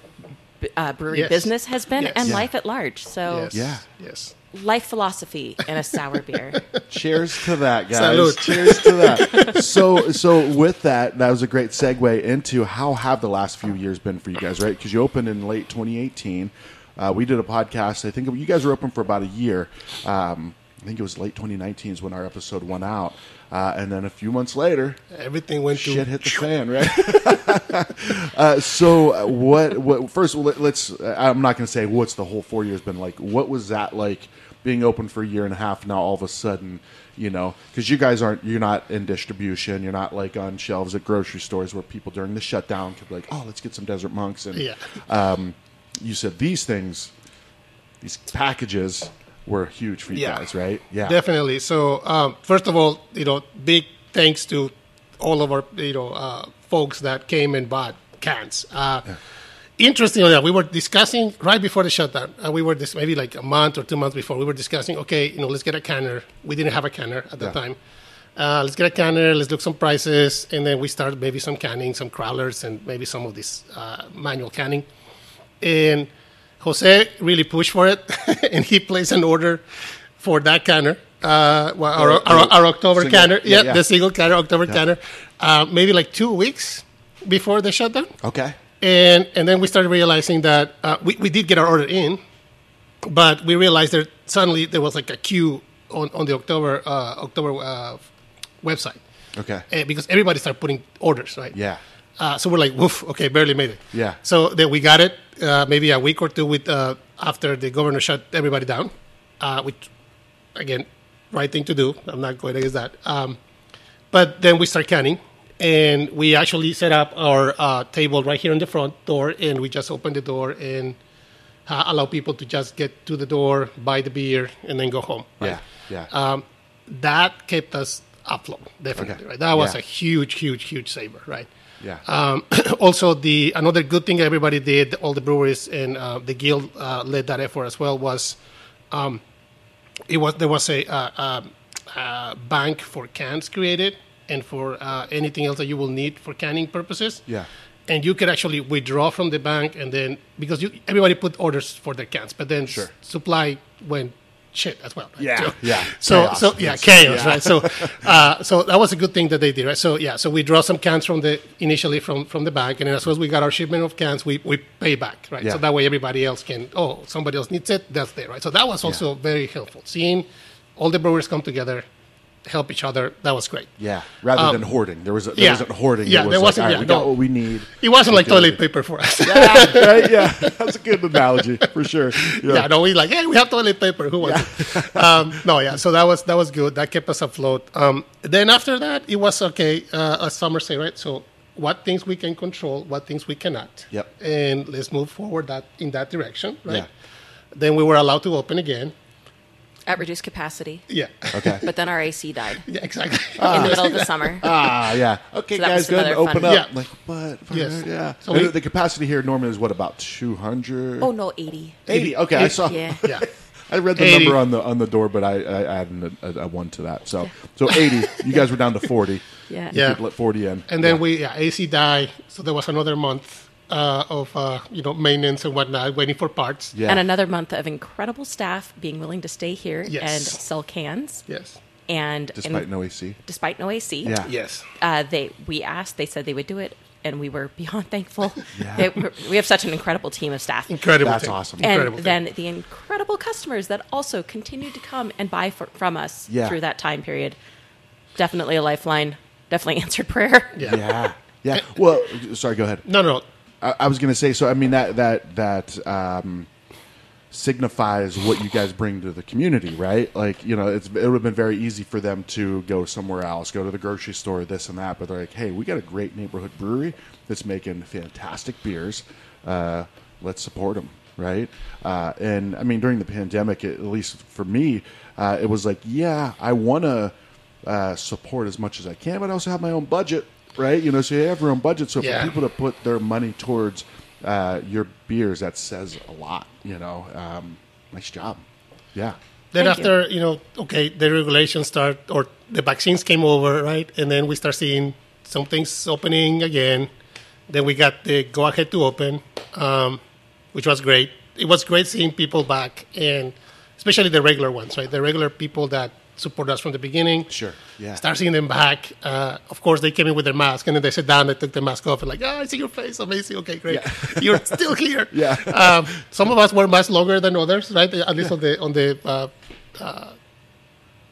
S3: b- uh, brewery
S2: Yes.
S3: business has been
S2: Yes.
S3: and
S1: Yeah.
S3: life at large. So,
S2: yes
S1: Yeah.
S2: yes
S3: life philosophy in a sour beer.
S1: Cheers to that, guys.
S2: Salud.
S1: Cheers to that. so, so with that, that was a great segue into how have the last few years been for you guys, right? Because you opened in late 2018. Uh, we did a podcast. I think you guys were open for about a year. Um, I think it was late 2019 is when our episode went out, uh, and then a few months later,
S2: everything went to
S1: shit hit the fan, right? uh, so uh, what? What first? Let, let's. uh, I'm not going to say what's the whole four years been like. What was that like? Being open for a year and a half now, all of a sudden, you know, because you guys aren't, you're not in distribution, you're not like on shelves at grocery stores where people during the shutdown could be like, oh, let's get some Desert Monks, and
S2: Yeah.
S1: um, you said these things, these packages were huge for you
S2: Yeah.
S1: guys, right? Yeah,
S2: Definitely. So um, first of all, you know, big thanks to all of our you know uh, folks that came and bought cans. Uh, Interestingly enough, we were discussing right before the shutdown. Uh, we were this maybe like a month or two months before. We were discussing, okay, you know, let's get a canner. We didn't have a canner at
S1: Yeah.
S2: that time. Uh, let's get a canner. Let's look some prices, and then we start maybe some canning, some crawlers, and maybe some of this uh, manual canning and Jose really pushed for it, and he placed an order for that canner, uh, well, our,
S1: The-
S2: our,
S1: the
S2: our October
S1: single-
S2: canner,
S1: yeah,
S2: yeah,
S1: yeah.
S2: the single canner, October canner, uh, maybe like two weeks before the shutdown,
S1: Okay.
S2: and and then we started realizing that uh, we we did get our order in, but we realized that suddenly there was like a queue on on the October uh, October uh, website,
S1: Okay.
S2: Eh, because everybody started putting orders, right?
S1: Oh. Yeah.
S2: Uh, so we're like, woof, okay, barely made it.
S1: Yeah.
S2: So then we got it uh, maybe a week or two with uh, after the governor shut everybody down, uh, which, again, right thing to do. I'm not going against that. Um, but then we start canning, and we actually set up our uh, table right here in the front door, and we just open the door and uh, allow people to just get to the door, buy the beer, and then go home. right?
S1: Yeah. Yeah.
S2: um, that kept us afloat definitely
S1: Okay.
S2: right that was
S1: Yeah.
S2: a huge huge huge saver right
S1: yeah.
S2: um, also the another good thing everybody did all the breweries and uh, the guild uh, led that effort as well was um, it was there was a, uh uh uh bank for cans created and for uh, anything else that you will need for canning purposes
S1: Yeah.
S2: and you could actually withdraw from the bank and then because you everybody put orders for their cans but then
S1: Sure.
S2: supply went shit as well. Right?
S1: Yeah,
S2: So-
S1: yeah.
S2: So
S1: Chaos.
S2: so yeah,
S1: Yes.
S2: chaos,
S1: Yeah.
S2: right? So uh, so that was a good thing that they did, right? So yeah, so we draw some cans from the initially from from the bank, and then as soon as we got our shipment of cans, we we pay back, right?
S1: Yeah.
S2: So that way everybody else can oh somebody else needs it, that's there, right? So that was also very helpful. Seeing all the brewers come together, help each other, that was great.
S1: Yeah, rather
S2: Um,
S1: than hoarding, there was there
S2: yeah.
S1: wasn't hoarding.
S2: Yeah,
S1: it was
S2: there
S1: like,
S2: wasn't-
S1: all right,
S2: yeah,
S1: we got
S2: no.
S1: what we need.
S2: It wasn't like
S1: Let's do
S2: toilet
S1: it.
S2: paper for us.
S1: Yeah, right? Yeah, that's a good analogy for sure. Yeah.
S2: yeah, no, we like, hey, we have toilet paper. Who wants it? um, no, yeah. So that was that was good. That kept us afloat. Um, then after that, it was okay. Uh, as summer say, right? So what things we can control, what things we cannot.
S1: Yep.
S2: And let's move forward that in that direction, right?
S1: Yeah.
S2: Then we were allowed to open again.
S3: at reduced capacity.
S2: Yeah.
S1: Okay.
S3: But then our AC died
S2: yeah exactly.
S3: in the middle of the summer.
S1: Ah, yeah. Okay,
S3: So that
S1: guys,
S3: was
S1: go ahead and
S3: another
S1: open
S3: fun-
S1: up.
S2: Yeah.
S1: Like, but, but,
S2: Yes.
S1: yeah.
S2: So
S1: And
S2: we-
S1: the capacity here, Norman, is what about two hundred?
S3: oh no, eighty.
S1: 80. Okay, I
S2: Ah.
S1: saw.
S3: Yeah.
S2: yeah.
S1: I read the
S2: 80.
S1: number on the on the door, but I, I added a, a, a one to that. So so eighty. You guys were down to forty.
S3: Yeah.
S1: You
S2: Yeah.
S1: could let forty in.
S2: And then we yeah, AC die. So there was another month uh, of uh, you know maintenance and whatnot, waiting for parts.
S1: yeah.
S3: And another month of incredible staff being willing to stay here
S2: Yes.
S3: and sell cans.
S2: Yes.
S3: And
S1: despite
S3: and
S1: no AC.
S3: despite no AC,
S1: Yeah.
S2: Yes.
S3: uh, they we asked, they said they would do it, and we were beyond thankful.
S1: Yeah.
S3: They were- we have such an incredible team of staff.
S2: Incredible.
S1: That's
S2: thing.
S1: awesome.
S3: and
S2: Incredible thing.
S3: then the incredible customers that also continued to come and buy for, from us
S1: Yeah.
S3: through that time period. Definitely a lifeline. Definitely answered prayer.
S2: Yeah.
S1: Yeah. Yeah. Well, sorry. Go ahead.
S2: No, no.
S1: I, I was going to say. So I mean that that that um, signifies what you guys bring to the community, right? Like you know, it's it would have been very easy for them to go somewhere else, go to the grocery store, this and that. But they're like, hey, we got a great neighborhood brewery that's making fantastic beers. Uh, let's support them. Right, uh, and I mean during the pandemic, at least for me, uh, it was like, yeah, I want to uh, support as much as I can, but I also have my own budget, right? You know, so you have your own budget. So
S2: Yeah.
S1: for people to put their money towards uh, your beers, that says a lot. You know, um, nice job. Yeah,
S2: Then
S3: Thank
S2: after you. know, okay, the regulations start or the vaccines came over, right? And then we start seeing some things opening again. Then we got the go ahead to open, um, which was great. It was great seeing people back, and especially the regular ones, right? The regular people that support us from the beginning.
S1: Sure, yeah.
S2: Start seeing them back. Uh, of course, they came in with their mask, and then they sit down. They took the mask off, and like, ah, I see your face, amazing. Okay, great. You're still here.
S1: Yeah.
S2: um, some of us were much longer than others, right? At least on the on the uh, uh,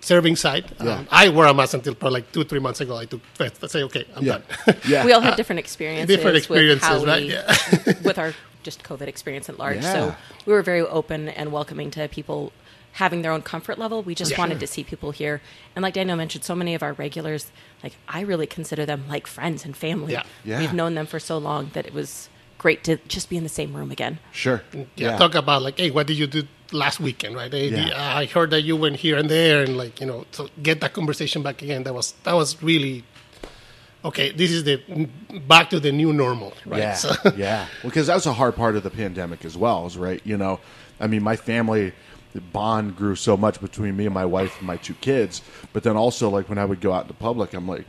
S2: serving side.
S1: Yeah.
S2: Um, I wore a mask until probably like two three months ago. I took tests. I say, okay, I'm
S1: yeah,
S2: done.
S1: yeah.
S3: We all had different experiences.
S2: different
S3: with how
S2: experiences, right?
S3: we- with our just COVID experience at large.
S1: Yeah.
S3: So we were very open and welcoming to people having their own comfort level. We just
S2: Yeah.
S3: wanted to see people here. And like Daniel mentioned, so many of our regulars, like I really consider them like friends and family.
S2: Yeah.
S1: Yeah.
S3: We've known them for so long that it was great to just be in the same room again.
S1: sure.
S2: yeah, talk about like, hey, what did you do last weekend, right? Hey,
S1: Yeah.
S2: the- uh, I heard that you went here and there, and like you know, so get that conversation back again. That was that was really okay. This is the back to the new normal, right?
S1: Yeah,
S2: So-
S1: yeah. Because that was a hard part of the pandemic as well, is right. You know, I mean, my family the bond grew so much between me and my wife and my two kids, but then also like when I would go out into public, I'm like,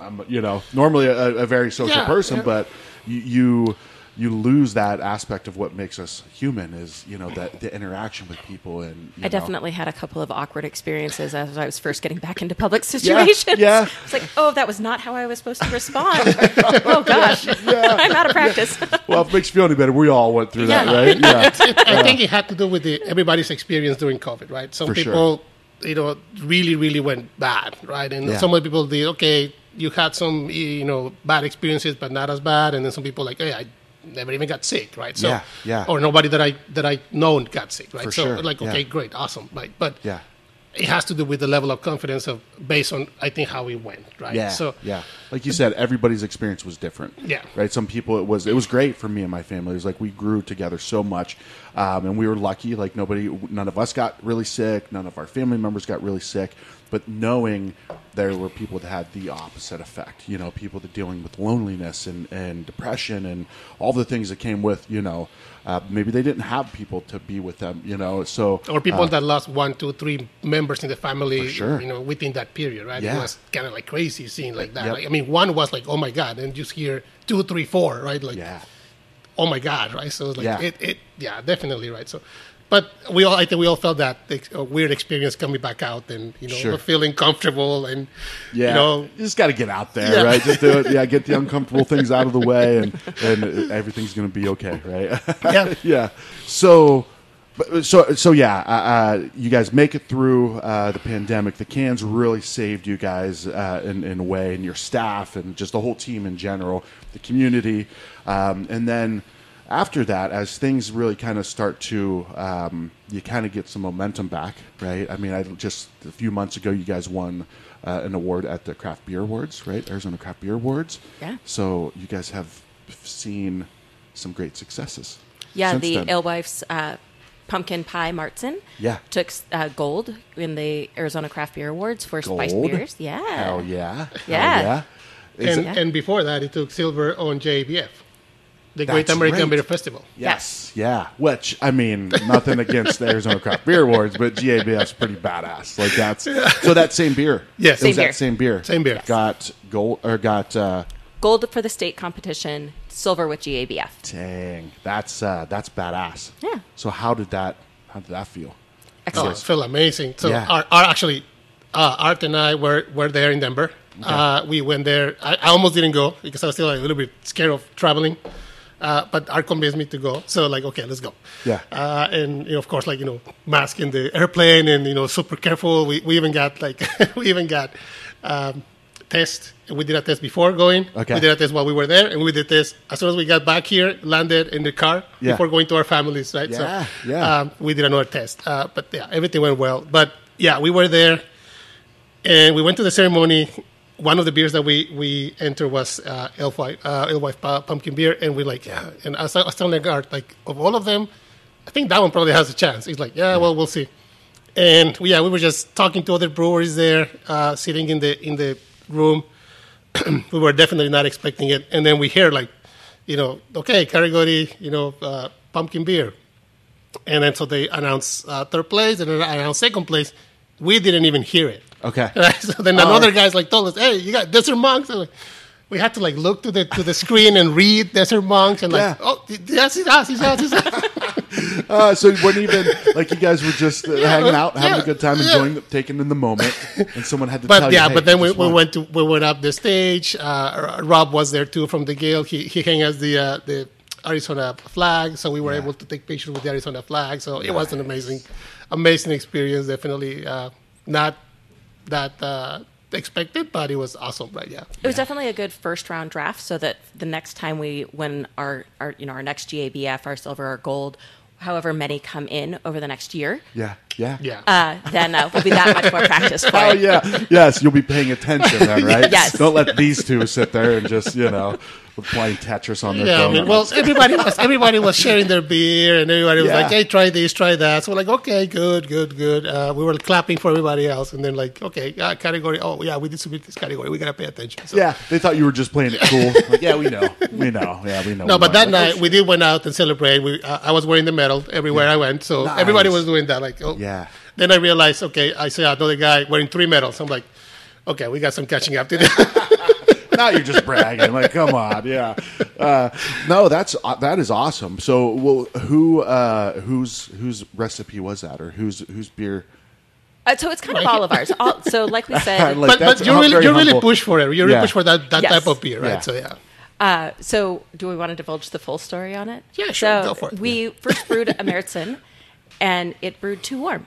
S1: I'm you know normally a, a very social
S2: Yeah,
S1: person,
S2: yeah.
S1: but you. you you lose that aspect of what makes us human is you know that the interaction with people and you
S3: I
S1: know.
S3: definitely had a couple of awkward experiences as I was first getting back into public situations.
S1: yeah.
S3: It's like, oh, that was not how I was supposed to respond. oh, gosh. I'm out of practice.
S1: well if it makes you feel any better we all went through that
S3: Yeah.
S1: right yeah
S2: I think it had to do with the, everybody's experience during COVID, right? Some
S1: For sure.
S2: people, you know, really, really went bad, right? And
S1: Yeah.
S2: some of the people did okay. You had some, you know, bad experiences, but not as bad. And then some people like, hey, I never even got sick, right? So,
S1: Yeah, yeah.
S2: Or nobody that I that I known got sick, right?
S1: For
S2: so,
S1: sure,
S2: like,
S1: yeah.
S2: okay, great, awesome, right? But
S1: Yeah.
S2: it has to do with the level of confidence of based on I think how it went, right?
S1: Yeah.
S2: So
S1: yeah, like you said, everybody's experience was different.
S2: Yeah.
S1: Right. Some people it was it was great for me and my family. It was like we grew together so much, um, and we were lucky. Like nobody, none of us got really sick. None of our family members got really sick. But knowing there were people that had the opposite effect, you know, people that dealing with loneliness and, and depression and all the things that came with, you know, uh, maybe they didn't have people to be with them, you know. So
S2: or people that lost one, two, three members in the family,
S1: Uh, sure.
S2: you know, within that period, right?
S1: Yeah.
S2: It was kind of like crazy seeing like that.
S1: Yep.
S2: Like, I mean, one was like, oh my God, and just hear two, three, four, right? Like,
S1: yeah,
S2: oh my God, right? So it's like,
S1: Yeah.
S2: It, it, yeah, definitely, right? So, But we all, I think we all felt that ex- a weird experience coming back out and, you know,
S1: Sure.
S2: feeling comfortable and,
S1: Yeah,
S2: you know,
S1: just got to get out there,
S2: Yeah.
S1: right? Just do it. Yeah, get the uncomfortable things out of the way, and and everything's gonna be okay, right?
S2: Yeah.
S1: yeah. So, but, so so yeah, uh, uh, you guys make it through uh, the pandemic. The cans really saved you guys uh, in in a way, and your staff, and just the whole team in general, the community, um, and then. After that, as things really kind of start to, um, you kind of get some momentum back, right? I mean, I just a few months ago, you guys won uh, an award at the Craft Beer Awards, right? Arizona Craft Beer Awards.
S3: Yeah.
S1: So you guys have seen some great successes.
S3: Yeah,
S1: since
S3: the
S1: then.
S3: Illwife's uh, pumpkin pie Martzen.
S1: Yeah.
S3: took uh, gold in the Arizona Craft Beer Awards for spiced
S1: Gold?
S3: beers. Yeah,
S1: Hell yeah. Hell
S3: Yeah.
S1: yeah. Is
S2: and,
S1: it-
S2: and before that, it took silver on JBF, the Great
S1: That's
S2: American
S1: right.
S2: Beer Festival.
S1: Yes. Yeah. Which I mean, nothing against the Arizona Craft Beer Awards, but GABF's pretty badass. Like that's so that same beer.
S2: Yes.
S1: It was
S2: Same
S1: that
S3: beer.
S1: same beer.
S2: Same beer. Yes.
S1: Got gold or got uh,
S3: gold for the state competition, silver with GABF.
S1: dang. That's uh, that's badass.
S3: Yeah.
S1: So how did that? How did that feel?
S2: Oh,
S3: Excellent.
S2: it felt amazing. So
S1: Yeah.
S2: our, our actually, uh, Art and I were, were there in Denver. Uh, we went there. I, I almost didn't go because I was still like, a little bit scared of traveling. Uh, but Art convinced me to go. So like, okay, let's go.
S1: Yeah.
S2: Uh, and you know, of course, like you know, mask in the airplane and you know, super careful. We, we even got like we even got um, test. We did a test before going.
S1: Okay.
S2: We did a test while we were there, and we did test as soon as we got back here, landed in the car
S1: Yeah.
S2: before going to our families, right?
S1: Yeah,
S2: so,
S1: yeah.
S2: Um, we did another test, uh, but yeah, everything went well. But yeah, we were there, and we went to the ceremony. One of the beers that we we entered was uh, Elfwife, uh, Elfwife pu- pumpkin beer, and we like, yeah. And I was, I was telling Art, like, of all of them, I think that one probably has a chance. He's like, yeah, well, we'll see. And we- yeah, we were just talking to other breweries there, uh, sitting in the in the room. we were definitely not expecting it, and then we hear like, you know, okay, category, you know, uh, pumpkin beer, and then so they announced uh, third place and then announced second place. We didn't even hear it.
S1: Okay. Oh.
S2: Right? So then another guy's like told us, "Hey, you got Desert Monks." And like, we had to like look to the to the screen and read Desert Monks and like,
S1: Yeah.
S2: "Oh, yes, it's us, it's us, it's us."
S1: Uh, so it wasn't even like you guys were just uh, hanging out, having
S2: yeah,
S1: a good time,
S2: yeah.
S1: enjoying, the, taking in the moment, and someone had to tell
S2: But
S1: you.
S2: yeah,
S1: "Hey,
S2: but then we,
S1: just
S2: we
S1: one."
S2: went to we went up the stage. Uh, R- Rob was there too from the Gale. He he hung us the uh, the Arizona flag, so we were able to take pictures with the Arizona flag. So it was an amazing, amazing experience. Definitely uh, not that uh, expected, but it was awesome. Right? Yeah.
S3: It was definitely a good first round draft, so that the next time we win our, our you know our next GABF, our silver, our gold, however many come in over the next year,
S1: Yeah, yeah,
S2: Yeah.
S3: uh, then uh, we'll be that much more practiced for
S1: Oh
S3: it.
S1: yeah, yes. You'll be paying attention then, right?
S3: Yes.
S1: Don't let these two sit there and just you know playing Tetris on their
S2: Yeah, I
S1: phone.
S2: mean, well, everybody was everybody was sharing their beer, and everybody was
S1: Yeah.
S2: like, "Hey, try this, try that." So we're like, "Okay, good, good, good." Uh, we were clapping for everybody else, and then like, "Okay, uh, category. Oh, yeah, we did submit this category. We gotta pay attention." So,
S1: yeah, they thought you were just playing it cool. Like, yeah, we know, we know. Yeah, we know.
S2: No,
S1: we
S2: but
S1: know.
S2: that night we did went out and celebrate. We uh, I was wearing the medal everywhere I went, so
S1: Nice.
S2: everybody was doing that. Like, oh,
S1: Yeah.
S2: Then I realized, okay, I saw another guy wearing three medals. I'm like, okay, we got some catching up to do.
S1: now you're just bragging. Like, come on, yeah. Uh, no, that's uh, that is awesome. So, well, who uh, whose whose recipe was that, or whose whose beer?
S3: Uh, so it's kind of all of ours. All, so like we said,
S1: Like,
S2: but
S1: that's
S2: but you
S1: hum-
S2: really
S1: very
S2: you really
S1: humble.
S2: push for it. You really
S1: Yeah.
S2: push for that that
S3: Yes.
S2: type of beer, right?
S1: Yeah.
S2: So yeah.
S3: Uh, so, do we want to divulge the full story on it?
S2: Yeah, sure,
S3: So
S2: go for it.
S3: We first brewed a Meritzen, and it brewed too warm.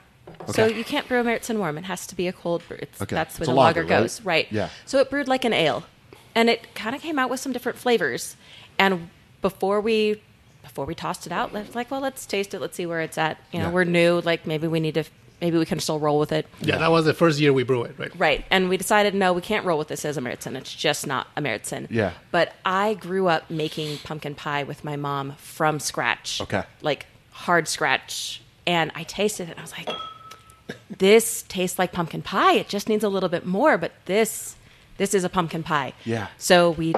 S3: So you can't brew a Meritzen warm; it has to be a cold brew. It's,
S1: Okay.
S3: That's
S1: It's
S3: when
S1: a
S3: a lager,
S1: lager, right?
S3: goes, right?
S1: Yeah.
S3: So it brewed like an ale, and it kind of came out with some different flavors. And before we before we tossed it out, I was like, well, let's taste it. Let's see where it's at. You know,
S1: Yeah.
S3: we're new. Like maybe we need to. Maybe we can still roll with it.
S2: Yeah, that was the first year we brew it, right?
S3: Right. And we decided, no, we can't roll with this as a Meritzen. It's just not a Meritzen.
S1: Yeah.
S3: But I grew up making pumpkin pie with my mom from scratch.
S1: Okay.
S3: Like hard scratch. And I tasted it and I was like, this tastes like pumpkin pie. It just needs a little bit more, but this this is a pumpkin pie.
S1: Yeah.
S3: So we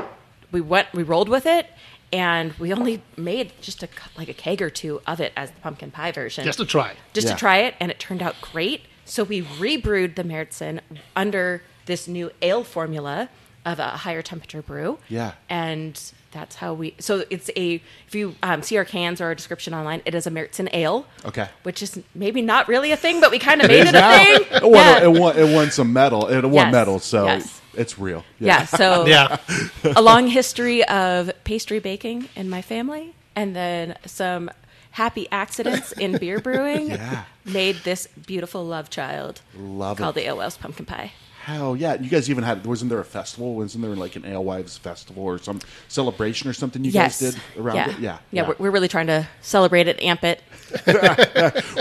S3: we went we rolled with it and we only made just a cu- like a keg or two of it as the pumpkin pie version
S2: Just to try.
S3: just
S1: Yeah.
S3: to try it, and it turned out great. So we rebrewed the Meritzen under this new ale formula of a higher temperature brew.
S1: Yeah.
S3: And that's how we. So it's a. If you um, see our cans or our description online, it is a Meritzen ale.
S1: Okay.
S3: Which is maybe not really a thing, but we kind of made it, a
S1: Now,
S3: thing.
S1: it, won,
S3: yeah.
S1: it, won, it won some medal. It won
S3: Yes.
S1: medal, so
S3: Yes.
S1: it's real.
S3: yeah. So
S2: Yeah.
S3: a long history of pastry baking in my family, and then some happy accidents in beer brewing
S1: Yeah.
S3: made this beautiful love child
S1: Love it.
S3: called the Ale House Pumpkin Pie.
S1: Hell yeah! You guys even had wasn't there a festival? Wasn't there like an alewives festival or some celebration or something you
S3: yes.
S1: guys did around
S3: yeah.
S1: it? Yeah,
S3: We're, we're really trying to celebrate it, amp it.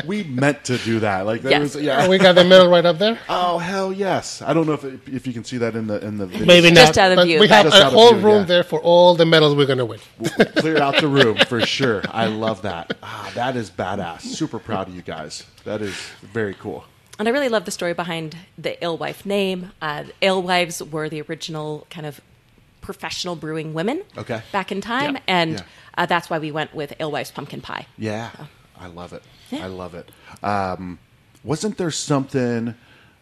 S1: we meant to do that. Like there
S3: Yes.
S1: was, yeah.
S2: we got the medal right up there.
S1: Oh hell yes! I don't know if if you can see that in the in the video.
S2: Maybe not.
S3: Just out of
S2: but
S3: view,
S2: We have
S1: but-
S2: a
S1: Just out of
S2: whole
S1: view,
S2: room
S1: yeah.
S2: there for all the medals we're going to win.
S1: We'll clear out the room for sure. I love that. Ah, that is badass. Super proud of you guys. That is very cool.
S3: And I really love the story behind the alewife name. Uh, alewives were the original kind of professional brewing women
S1: Okay.
S3: back in time,
S2: Yeah.
S3: and
S1: Yeah.
S3: uh, that's why we went with alewives pumpkin pie.
S1: Yeah, I love it.
S3: Yeah.
S1: I love it. Um, wasn't there something?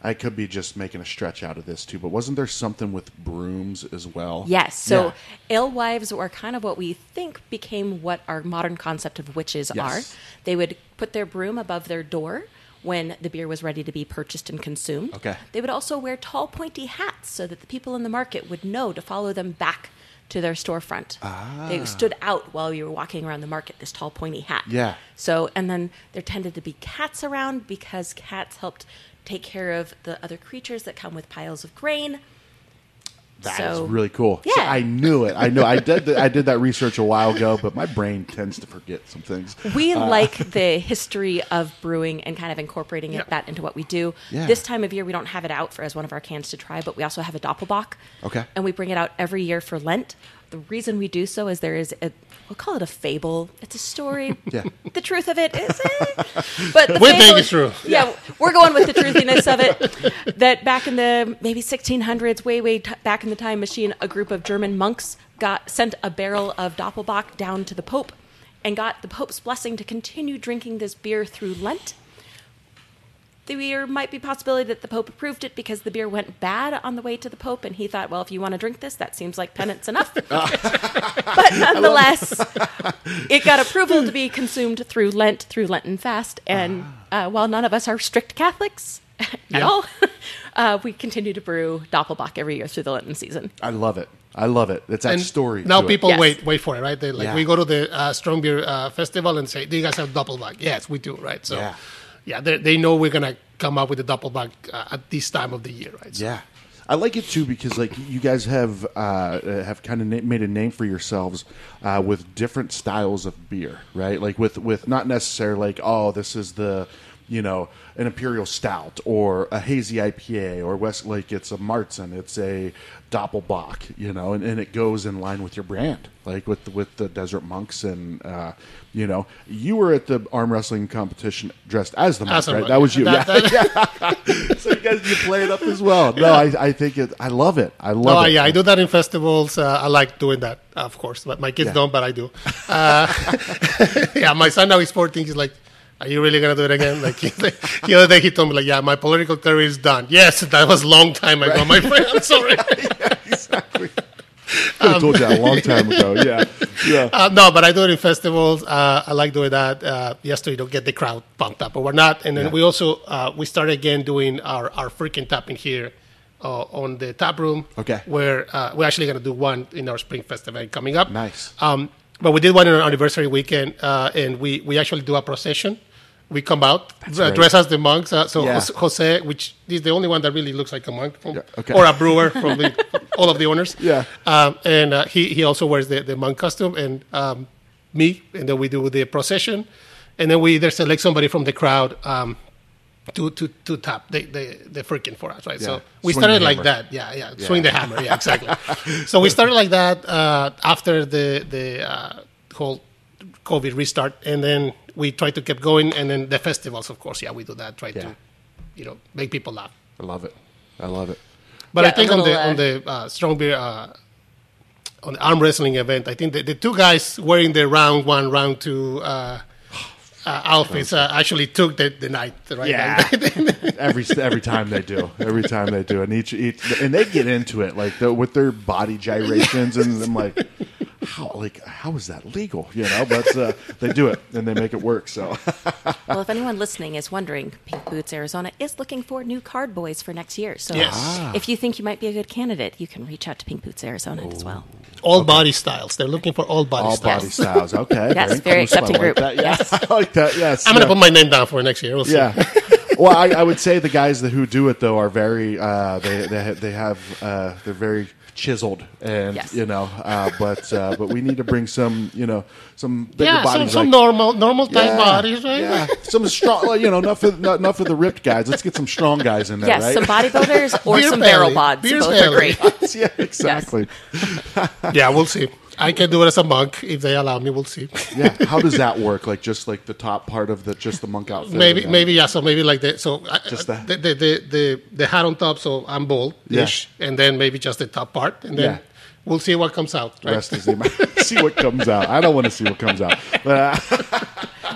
S1: I could be just making a stretch out of this too, but wasn't there something with brooms as well?
S3: Yes. So
S1: Yeah.
S3: alewives were kind of what we think became what our modern concept of witches
S1: Yes.
S3: are. They would put their broom above their door when the beer was ready to be purchased and consumed.
S1: Okay.
S3: They would also wear tall, pointy hats so that the people in the market would know to follow them back to their storefront.
S1: Ah.
S3: They stood out while you were walking around the market, this tall, pointy hat.
S1: Yeah.
S3: So, and then there tended to be cats around because cats helped take care of the other creatures that come with piles of grain.
S1: That is
S3: So-
S1: really cool. See,
S3: Yeah.
S1: I knew it. I know. I did. th- I did that research a while ago, but my brain tends to forget some things.
S3: We like the history of brewing and kind of incorporating it, that into what we do.
S1: Yeah.
S3: This time of year, we don't have it out for as one of our cans to try, but we also have a doppelbock.
S1: Okay.
S3: And we bring it out every year for Lent. The reason we do so is there is a, we'll call it a fable. It's a story.
S1: Yeah.
S3: The truth of it is, eh. but the
S2: We
S3: fable
S2: think
S3: is-
S2: it's true.
S3: Yeah, we're going with the truthiness of it. That back in the maybe 1600s, way way t- back in the time machine, a group of German monks got sent a barrel of Doppelbock down to the Pope, and got the Pope's blessing to continue drinking this beer through Lent. There might be possibility that the Pope approved it because the beer went bad on the way to the Pope, and he thought, well, if you want to drink this, that seems like penance enough. but nonetheless, it got approval to be consumed through Lent, through Lenten fast. And uh, while none of us are strict Catholics at
S2: Ah. Yeah.
S3: all, uh, we continue to brew Doppelbock every year through the Lenten season.
S1: I love it. I love it. It's that
S2: And
S1: story.
S2: Now
S1: to it.
S2: people
S3: Yes.
S2: wait, wait for it, right? They like
S1: Yeah.
S2: we go to the uh, strong beer uh, festival and say, "Do you guys have doppelbock?" Yes, we do, right? So,
S1: Yeah.
S2: yeah, they, they know we're gonna come up with the doppelbock uh, at this time of the year, right? So-
S1: Yeah, I like it too because like you guys have uh, have kind of na- made a name for yourselves uh, with different styles of beer, right? Like with with not necessarily like oh this is the you know an imperial stout or a hazy IPA or West like it's a Martzen, it's a Doppelbock, you know, and, and it goes in line with your brand, like with with the Desert Monks and uh, you know you were at the arm wrestling competition dressed as the monk,
S2: As a
S1: right?
S2: monk,
S1: That was you,
S2: yeah.
S1: yeah.
S2: That- that-
S1: so you guys you play it up as well. No, I, I think it. I love it. I love
S2: No,
S1: it.
S2: Oh, yeah, I do that in festivals. Uh, I like doing that, of course. But my kids
S1: Yeah.
S2: don't, but I do. Uh, yeah, my son now is 14. He's like, "Are you really gonna do it again?" Like, he's like- the other day, he told me, "Like, yeah, my political career is done." Yes, that was long time ago, my friend. I'm sorry.
S1: exactly. I could've told you that a long time ago. Yeah, yeah.
S2: Um, Uh, no, but I do it in festivals. Uh, I like doing that. Uh, yes, to you know, get the crowd pumped up or whatnot. And then
S1: Yeah.
S2: we also uh, we started again doing our our freaking tapping here uh, on the tap room.
S1: Okay.
S2: where uh, we're actually gonna do one in our spring festival coming up.
S1: Nice.
S2: Um, but we did one on our anniversary weekend, uh, and we we actually do a procession. We come out uh,
S1: right.
S2: dressed as the monks. Uh, so
S1: Yeah.
S2: Jos- Jose, which is the only one that really looks like a monk from,
S1: Yeah, okay.
S2: or a brewer from the, all of the owners.
S1: Yeah.
S2: Um, and uh, he, he also wears the, the monk costume and um, me. And then we do the procession. And then we either select somebody from the crowd um, to, to, to tap the, the, the freaking for us, right?
S1: Yeah.
S2: So we
S1: Swing
S2: started
S1: the
S2: like
S1: hammer.
S2: that. Yeah, yeah, Swing the hammer. Yeah, exactly. so we started like that uh, after the, the uh, whole COVID restart. And then we tried to keep going. And then the festivals, of course. Yeah, we do that. Try
S1: Yeah.
S2: to, you know, make people laugh.
S1: I love it. I love it.
S2: But
S3: Yeah,
S2: I think
S3: a
S2: on the
S3: little, uh,
S2: on the uh, strong beer uh, on the arm wrestling event, I think the, the two guys wearing the round one, round two uh, uh, outfits uh, actually took the, the night, right?
S1: Yeah. every every time they do, every time they do, and each, each and they get into it like the, with their body gyrations, and I'm like, how like how is that legal? You know, but uh, they do it and they make it work. So
S3: Well, if anyone listening is wondering, Pink Boots Arizona is looking for new card boys for next year. So
S2: Yes. Ah.
S3: if you think you might be a good candidate, you can reach out to Pink Boots Arizona as well.
S2: all body styles. They're looking for all body
S1: all
S2: styles.
S1: body styles, okay,
S3: Yes,
S1: inclusive.
S3: very
S1: I
S3: accepting
S1: like
S3: group.
S1: that. Yeah,
S3: Yes.
S1: I like that. Yes,
S2: I'm going to
S1: Yeah.
S2: put my name down for next year. We'll see.
S1: Yeah. well, I, I would say the guys that who do it though are very uh, they they ha- they have uh, they're very chiseled and
S3: Yes.
S1: you know uh, but uh, but we need to bring some you know some bigger
S2: yeah, some,
S1: bodies
S2: some
S1: like-
S2: normal, normal type
S1: Yeah,
S2: bodies, right?
S1: yeah. some strong like, you know enough of not, enough of the ripped guys let's get some strong guys in there
S3: Yes,
S1: right
S3: some bodybuilders or
S2: Beer
S3: some barrel
S2: belly.
S3: bods.
S2: Beer
S3: Both
S2: belly.
S3: are great.
S1: yeah exactly
S2: Yeah, we'll see. I can do it as a monk if they allow me. We'll see.
S1: yeah how does that work like just like the top part of the just the monk outfit
S2: Maybe,
S1: Yeah.
S2: maybe yeah. So maybe like the so I-
S1: Just
S2: I-
S1: that.
S2: the, the the the the hat on top. So I'm bald ish, and then maybe just the top part, and then
S1: Yeah.
S2: we'll see what comes out. Right?
S1: rest is the see what comes out I don't want to see what comes out but uh,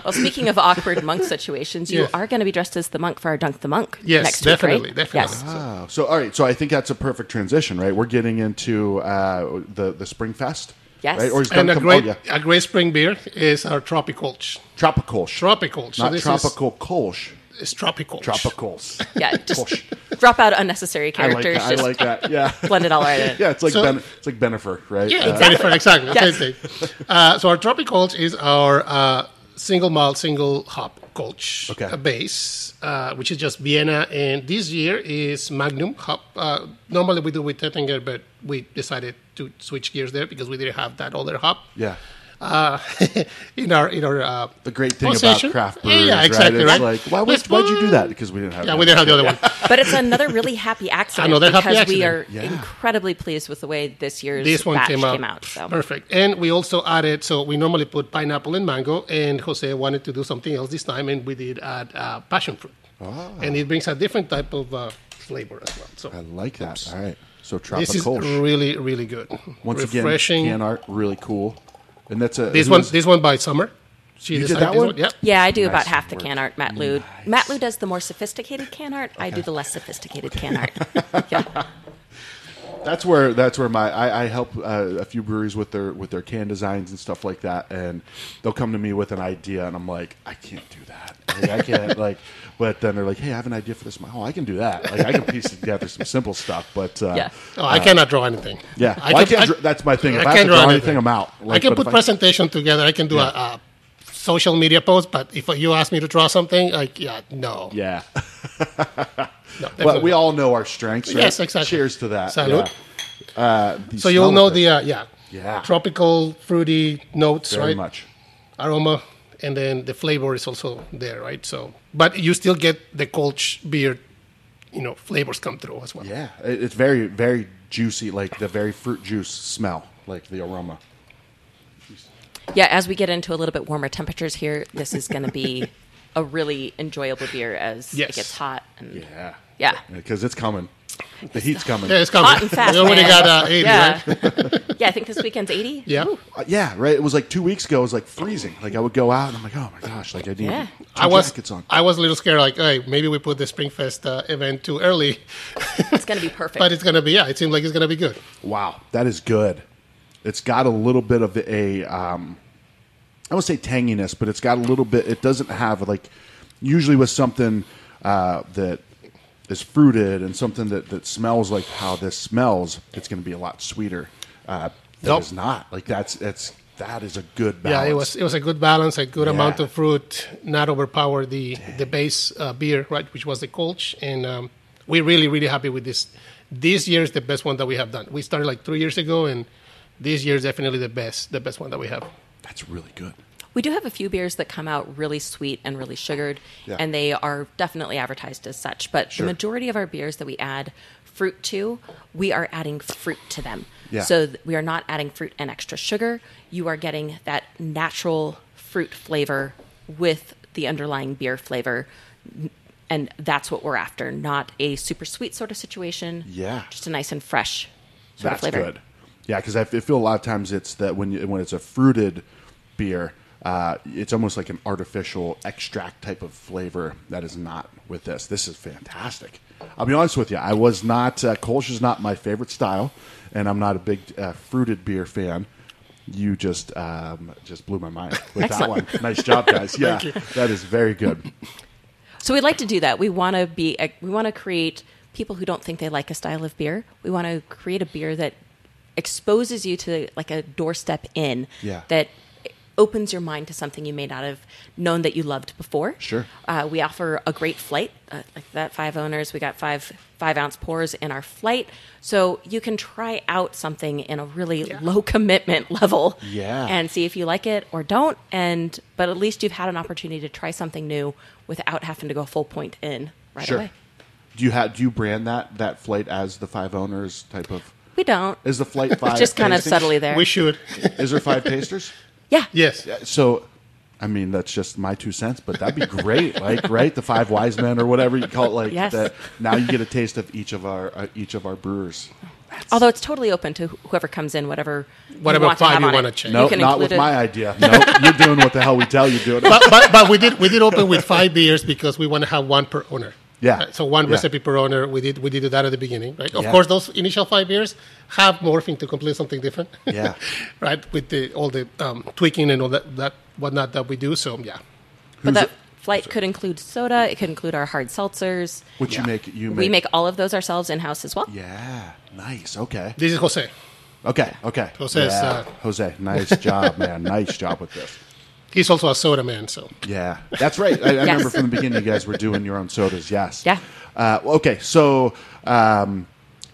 S3: Well, speaking of awkward monk situations, you
S2: Yes.
S3: are going to be dressed as the monk for our Dunk the Monk
S2: Yes,
S3: next
S2: definitely,
S3: week, right?
S2: definitely.
S3: Yes.
S1: Wow. Oh, So all right. So I think that's a perfect transition, right? We're getting into uh, the the Spring Fest.
S3: Yes.
S1: Right? Or is
S2: And a
S1: Duncombe-
S2: great
S1: oh, yeah.
S2: a great spring beer is our tropical
S1: tropical sh-
S2: tropical. So
S1: not
S2: this
S1: tropical kolsch.
S2: is, is tropical.
S1: Tropicals.
S3: Yeah, just
S1: Kolsch.
S3: drop out unnecessary
S1: I like
S3: characters.
S1: that. I
S3: just
S1: like that. Yeah.
S3: blend it all right in.
S1: yeah. It's like
S2: So-
S1: ben, it's like Benifer, right?
S2: Yeah,
S1: Uh,
S2: exactly. Exactly.
S3: Yes.
S2: Same thing. Uh, so our tropical is our uh, single malt, single hop Kolsch
S1: Okay.
S2: uh, base, uh, which is just Vienna. And this year is Magnum hop. Uh, normally we do with Tettinger, but we decided to switch gears there because we didn't have that other hop
S1: yeah.
S2: uh, in our in our. Uh,
S1: The great thing
S2: possession.
S1: about craft
S2: Yeah,
S1: breweries,
S2: yeah, exactly,
S1: right? It's
S2: right?
S1: like why was
S2: That's
S1: why'd you do
S2: fine.
S1: that? Because we didn't have
S2: yeah,
S1: that.
S2: we didn't have the other one.
S3: But it's another really happy accident
S2: Another
S3: because
S2: happy
S3: we are
S2: accident.
S1: Yeah.
S3: incredibly pleased with the way this year's
S2: this one
S3: batch
S2: came out,
S3: so.
S2: perfect and we also added so we normally put pineapple and mango and jose wanted to do something else this time and we did add uh, passion fruit
S1: Ah.
S2: and it brings a different type of uh, flavor as well so
S1: I like that. All right. So
S2: this is
S1: tropical.
S2: really really good
S1: Once
S2: refreshing
S1: again, can art really cool. And that's a
S2: this
S1: who
S2: one
S1: is-
S2: this one by summer she
S1: You did
S2: decided
S1: that
S2: this
S1: one?
S2: yeah
S3: Yeah, I do about
S1: Nice
S3: half the
S1: work.
S3: can art. Matt Lou, Matt Lou does the more sophisticated can art. I do the less sophisticated can art. Yeah.
S1: That's where that's where my I, I help uh, a few breweries with their with their can designs and stuff like that, and they'll come to me with an idea, and I'm like, I can't do that, like, I can't like. But then they're like, Hey, I have an idea for this. I'm like, oh, I can do that. Like I can piece together some simple stuff, but uh,
S3: Yeah.
S2: Oh, I cannot draw anything.
S1: yeah. Well, I, can't. dr- that's my thing. If I, have to draw anything, I'm out.
S2: I
S1: Like,
S2: can
S1: but
S2: put
S1: if I-
S2: presentation together. I can do a, a social media post, but if you ask me to draw something, like yeah, no.
S1: Yeah,
S2: no
S1: but we
S2: definitely.
S1: all know our strengths. Right?
S2: Yes, exactly.
S1: Cheers to that.
S2: Salud.
S1: Yeah. Uh, the
S2: So you'll
S1: smell
S2: know
S1: of it,
S2: the uh, yeah,
S1: Yeah.
S2: tropical fruity notes,
S1: very
S2: right?
S1: much.
S2: Aroma, and then the flavor is also there, right? So, but you still get the Kolsch beer, you know, flavors come through as well.
S1: Yeah, it- it's very very juicy, like the very fruit juice smell, like the aroma.
S3: yeah, as we get into a little bit warmer temperatures here, this is going to be a really enjoyable beer as
S2: Yes.
S3: it gets hot. And
S1: Yeah.
S3: Yeah.
S1: Because it's coming. The heat's coming.
S2: Yeah, it's coming.
S3: Hot and fast.
S2: we already
S3: man.
S2: got uh, eighty,
S3: yeah.
S2: right?
S3: yeah, I think this weekend's 80.
S2: Yeah.
S1: Uh, yeah, right. It was like two weeks ago. It was like freezing. Like I would go out and I'm like, oh my gosh, like I need
S3: Yeah.
S1: two
S2: I was
S1: jackets on.
S2: I was a little scared, like, hey, maybe we put the Springfest uh, event too early,
S3: It's going to be perfect.
S2: but it's gonna be yeah, it seems like it's gonna be good.
S1: wow, that is good. It's got a little bit of a, um, I would say tanginess, but it's got a little bit. It doesn't have like usually with something uh, that is fruited and something that that smells like how this smells. It's going to be a lot sweeter. Uh, that
S2: Nope.
S1: is not like that's that's that is a good balance.
S2: Yeah, it was it was a good balance, a good amount
S1: Yeah.
S2: of fruit, not overpower the the base uh, beer, right, which was the Kolsch. And um, we're really really happy with this. This year is the best one that we have done. We started like three years ago, and this year is definitely the best the best one that we have.
S1: That's really good.
S3: We do have a few beers that come out really sweet and really sugared,
S1: Yeah.
S3: and they are definitely advertised as such. But
S1: Sure.
S3: the majority of our beers that we add fruit to, we are adding fruit to them.
S1: Yeah.
S3: So th- we are not adding fruit and extra sugar. You are getting that natural fruit flavor with the underlying beer flavor. N- And that's what we're after, not a super sweet sort of situation.
S1: Yeah.
S3: Just a nice and fresh sort
S1: That's
S3: of flavor.
S1: good. Yeah, because I f- feel a lot of times it's that when you, when it's a fruited beer, Uh, it's almost like an artificial extract type of flavor that is not with this. This is fantastic. I'll be honest with you. I was not uh, Kolsch is not my favorite style, and I'm not a big uh, fruited beer fan. You just um, just blew my mind with that one.
S3: Excellent.
S1: Nice job, guys. Yeah, that is very good.
S3: So we like to do that. We want to be. We want to create people who don't think they like a style of beer. We want to create a beer that exposes you to like a doorstep in.
S1: Yeah.
S3: That opens your mind to something you may not have known that you loved before.
S1: Sure.
S3: Uh, we offer a great flight, uh, like that five owners. We got five five ounce pours in our flight, so you can try out something in a really low commitment level.
S1: Yeah.
S3: And see if you like it or don't. And but at least you've had an opportunity to try something new without having to go full point in right away.
S1: Do you have do you brand that that flight as the five owners type of?
S3: We don't.
S1: Is the flight five?
S3: just kind of
S1: tastings?
S3: subtly there.
S2: We should.
S1: Is there five tasters?
S3: yeah.
S2: Yes.
S1: So, I mean, that's just my two cents, but that'd be great. like, right, the five wise men or whatever you call it. Like,
S3: Yes.
S1: that now you get a taste of each of our uh, each of our brewers.
S3: Although it's totally open to wh- whoever comes in, whatever
S2: Whatever
S3: you
S2: five
S3: want to have
S2: you
S3: on
S2: wanna
S3: it.
S2: change.
S3: You
S1: No,
S3: can
S1: not
S3: include
S1: with
S3: it.
S1: my idea. No, you're doing what the hell we tell you do.
S2: but, but, but we did we did open with five beers because we want to have one per owner.
S1: Yeah.
S2: Uh, So one
S1: Yeah.
S2: recipe per owner. We did we did that at the beginning, right? Of
S1: Yeah.
S2: course, those initial five beers have morphed into completely something different.
S1: Yeah.
S2: right. With the all the um, tweaking and all that that whatnot that we do. So yeah.
S3: But that flight could include soda. It could include our hard seltzers.
S1: Which you
S2: Yeah.
S1: make you make,
S3: we make all of those ourselves in house as well.
S1: Yeah, nice. Okay,
S2: This is Jose.
S1: okay, okay.
S2: Jose's,
S1: yeah.
S2: uh,
S1: Jose, nice job, man. Nice job with this.
S2: He's also a soda man. So
S1: Yeah, that's right. I, I
S3: Yes.
S1: remember from the beginning, you guys were doing your own sodas. Yes.
S3: Yeah.
S1: Uh, well, okay, so um,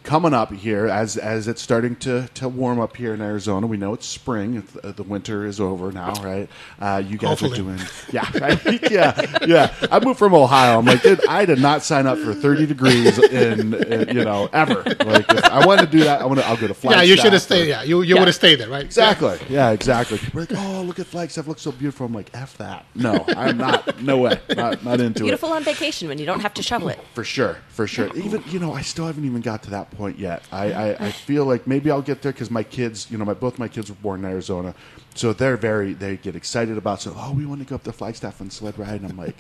S1: coming up here, as as it's starting to, to warm up here in Arizona, we know it's spring. It's- uh, The winter is over now, right? Uh, you guys are
S2: Hopefully.
S1: doing, yeah, right? yeah, yeah. I moved from Ohio. I'm like, dude, I did not sign up for 30 degrees in, uh, you know ever. Like, if I want to do that. I want to. I'll go to
S2: yeah,
S1: Flagstaff.
S2: you should have
S1: or-
S2: stayed. Yeah, you you would have stayed there, right?
S1: Exactly. Yeah, exactly. We're like, oh, look at Flagstaff. Looks so beautiful. I'm like, F that. No, I'm not. No way. Not, not into
S3: Beautiful
S1: it.
S3: on vacation when you don't have to shovel it.
S1: For sure. For sure. Even, you know, I still haven't even got to that point yet. I, I, I feel like maybe I'll get there because my kids, you know, my both my kids were born in Arizona. So they're very, they get excited about, so, oh, we want to go up to Flagstaff and sled ride. And I'm like,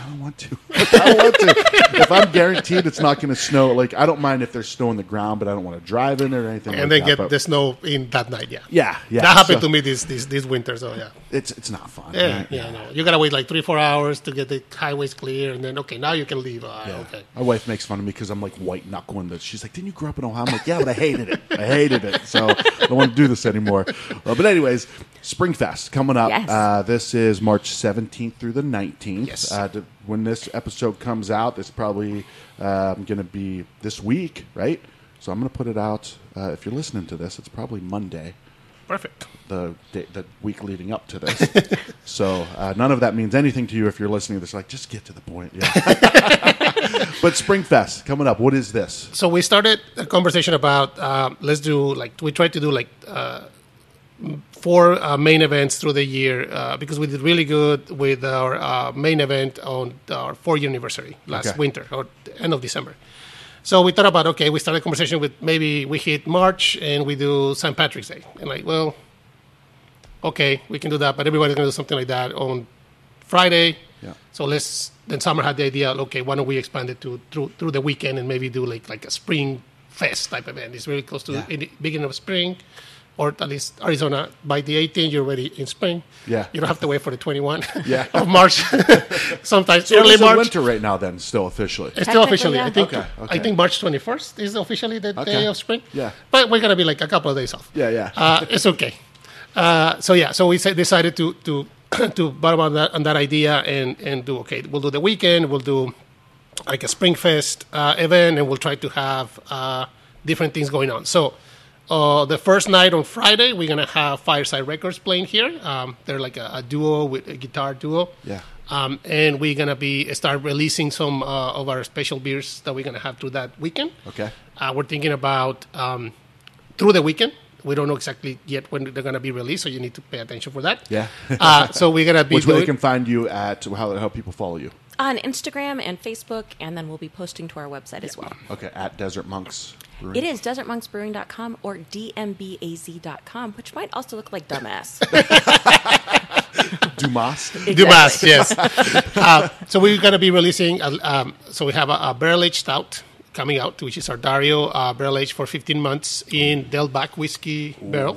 S1: I don't want to. I don't want to. if I'm guaranteed it's not going to snow, like, I don't mind if there's snow on the ground, but I don't want to drive in it or anything
S2: And
S1: like
S2: then
S1: that,
S2: get
S1: but-
S2: the snow in that night. Yeah.
S1: Yeah, yeah.
S2: That happened
S1: So-
S2: to me this this this winter. So yeah.
S1: It's, it's not fun.
S2: Yeah,
S1: right?
S2: yeah, no. You gotta wait like three, four hours to get the highways clear, and then okay, now you can leave. Uh,
S1: Yeah.
S2: Okay.
S1: My wife makes fun of me because I'm like white knuckling this. She's like, "Didn't you grow up in Ohio?" I'm like, "Yeah, but I hated it. I hated it. So I don't want to do this anymore." Uh, but anyways, Springfest coming up.
S3: Yes.
S1: Uh, this is March 17th through the 19th.
S2: Yes.
S1: Uh, to- when this episode comes out, it's probably um, going to be this week, right? So I'm going to put it out. Uh, if you're listening to this, it's probably Monday
S2: Perfect.
S1: the day, the week leading up to this. so uh, none of that means anything to you if you're listening to this. Like, just get to the point. Yeah. but Springfest coming up. What is this?
S2: So we started a conversation about um, let's do like we tried to do like uh, four uh, main events through the year uh, because we did really good with our uh, main event on our four year anniversary last
S1: Okay.
S2: winter or the end of December. So we thought about okay, we started a conversation with maybe we hit March and we do St. Patrick's Day, and like well, okay, we can do that, but everybody's gonna do something like that on Friday.
S1: Yeah.
S2: So let's then Summer had the idea, okay, why don't we expand it to through through the weekend and maybe do like like a spring fest type event. It's really close to
S1: Yeah.
S2: in the beginning of spring, or at least Arizona. By the 18th, you're already in spring.
S1: Yeah.
S2: You don't have to wait for the 21
S1: Yeah.
S2: of March. Sometimes
S1: So
S2: early
S1: it's
S2: March.
S1: winter right now. Then still officially.
S2: It's still officially,
S3: Technically, yeah.
S2: I think.
S1: Okay, okay.
S2: I think March twenty first is officially the
S1: Okay.
S2: day of spring.
S1: Yeah.
S2: but we're gonna be like a couple of days off.
S1: Yeah, yeah.
S2: Uh, it's okay. Uh, so yeah, so we sa- decided to to to bottom on that on that idea and and do okay. We'll do the weekend. We'll do like a spring fest uh, event, and we'll try to have uh, different things going on. So. Uh, the first night on Friday, we're gonna have Fireside Records playing here. Um, they're like a, a duo with a guitar duo.
S1: Yeah.
S2: Um, and we're gonna be start releasing some uh, of our special beers that we're gonna have through that weekend.
S1: Okay.
S2: Uh, we're thinking about um, through the weekend. We don't know exactly yet when they're gonna be released, so you need to pay attention for that.
S1: Yeah.
S2: uh, so we're gonna be
S1: Which way they
S2: doing-
S1: can find you at? How how people follow you?
S3: On Instagram and Facebook, and then we'll be posting to our website as well.
S1: Okay, at Desert Monks. Brewing.
S3: It is desertmonksbrewing.com or dmbaz.com, which might also look like dumbass.
S1: Dumas.
S2: Dumas, yes. uh, so we're going to be releasing. uh, Um, so we have a, a barrel aged stout coming out, which is our Dario uh, barrel aged for 15 months in Delbach whiskey barrel.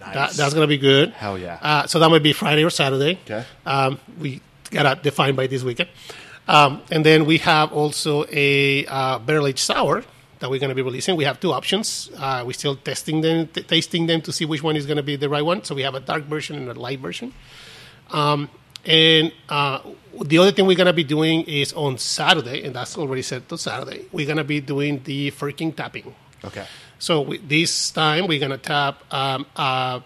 S2: That, that's going to be good.
S1: Hell yeah.
S2: Uh, so that might be Friday or Saturday.
S1: Okay.
S2: Um, we got to define by this weekend. Um, and then we have also a uh, barrel aged sour that we're going to be releasing. We have two options. Uh, we're still testing them, t- tasting them to see which one is going to be the right one. So we have a dark version and a light version. Um, And uh, the other thing we're going to be doing is on Saturday, and that's already set to Saturday, we're going to be doing the Firking tapping.
S1: Okay.
S2: So we, this time we're going to tap um, uh,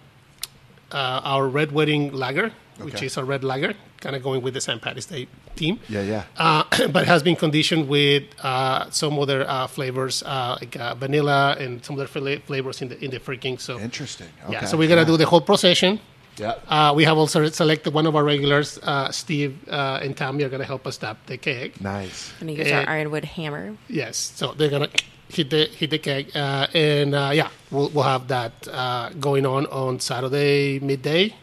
S2: uh, our Red Wedding Lager, which
S1: Okay.
S2: is a red lager, kind of going with the St. Patrick's Day theme.
S1: Yeah, yeah.
S3: Um,
S2: Uh, but has been conditioned with uh, some other uh, flavors uh, like uh, vanilla and some other fla- flavors in the in the Firking. So
S1: Interesting.
S2: yeah,
S1: Okay.
S2: so we're gonna do the whole procession.
S1: Yeah.
S2: Uh, we have also selected one of our regulars, uh, Steve uh, and Tammy, are going to help us tap the keg.
S1: Nice.
S3: Gonna use our
S2: Eh.
S3: ironwood hammer.
S2: Yes, so they're going to hit the hit the keg, uh, and uh, yeah, we'll we'll have that uh, going on on Saturday midday.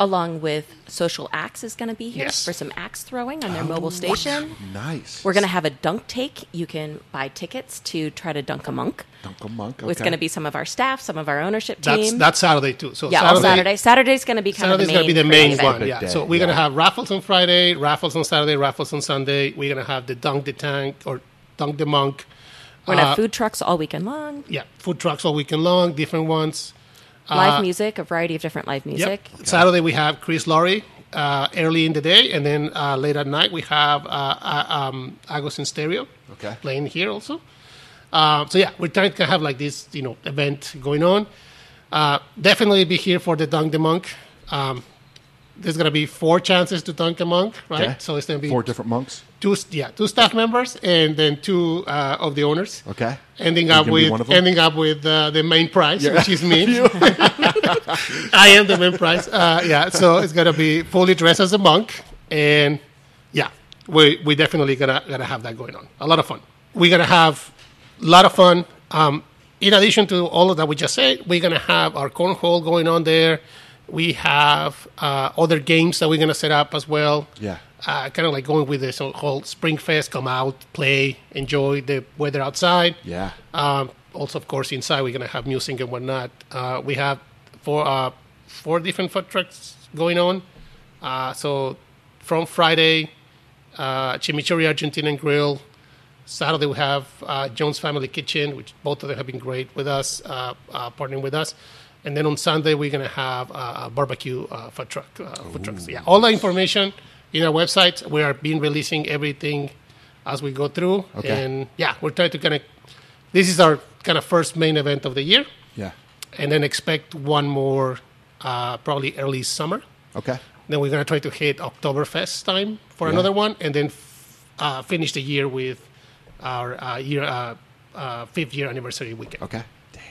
S3: along with Social Axe is going to be here
S2: Yes. Oh,
S3: for some axe throwing on their mobile station.
S1: Nice.
S3: We're going to have a dunk take. You can buy tickets to try to dunk a monk.
S1: Uncle Monk.
S3: It's
S1: okay.
S3: going to be some of our staff, some of our ownership team.
S2: That's that's Saturday too. So
S3: yeah, all Saturday. Saturday's going to be kind
S2: Saturday's
S3: of
S2: going
S3: the
S2: to be the
S3: main,
S2: main
S3: event.
S2: one.
S1: Big
S2: Yeah.
S1: day,
S2: So we're going
S1: yeah.
S2: to have raffles on Friday, raffles on Saturday, raffles on Sunday. We're going to have the dunk the tank or dunk the monk.
S3: We're going to
S2: Uh,
S3: have food trucks all weekend long,
S2: Yeah, food trucks all weekend long, different ones.
S3: live music, a variety of different live music.
S2: uh, Yep. Saturday we have Chris Laurie uh, early in the day, and then uh, late at night we have uh, uh, um, Agos in Stereo
S1: Okay.
S2: playing here also. Uh, so yeah, we're trying to have like this you know event going on. Uh, definitely be here for the Dunk the Monk. Um, there's gonna be four chances to dunk a monk, right?
S1: Okay.
S2: So it's gonna be
S1: four different monks.
S2: two, yeah, two staff members and then two uh, of the owners.
S1: Okay.
S2: Ending
S1: You
S2: up
S1: gonna be
S2: with
S1: one of 'em?
S2: ending up with uh, the main prize, which is me. I am the main prize. Uh, yeah, so it's gonna be fully dressed as a monk, and yeah, we we definitely gonna gonna have that going on. A lot of fun. We're gonna have a lot of fun. Um, in addition to all of that we just said, we're gonna have our cornhole going on there. We have uh, other games that we're gonna set up as well
S1: Yeah.
S2: uh, kind of like going with this whole spring fest come out play enjoy the weather outside
S1: Yeah.
S2: um, also of course inside we're going to have music and whatnot uh, we have four uh, four different food trucks going on uh, so from friday uh, chimichurri argentine and grill saturday we have uh, jones family kitchen which both of them have been great with us uh, uh, partnering with us and then on sunday we're going to have uh, a barbecue uh, food truck uh, food trucks yeah all the information in our website we are being releasing everything as we go through
S1: Okay.
S2: and yeah we're trying to kind of this is our kind of first main event of the year
S1: Yeah.
S2: and then expect one more uh, probably early summer
S1: Okay.
S2: then we're going to try to hit Oktoberfest time for another one, and then f- uh, finish the year with our uh, year uh, uh, fifth year anniversary weekend.
S1: Okay. Dang.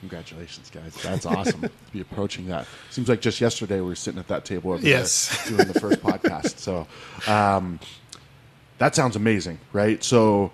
S1: Congratulations, guys. That's awesome. to be approaching that. Seems like just yesterday we were sitting at that table over
S2: Yes.
S1: there doing the first podcast. So um, that sounds amazing, right? So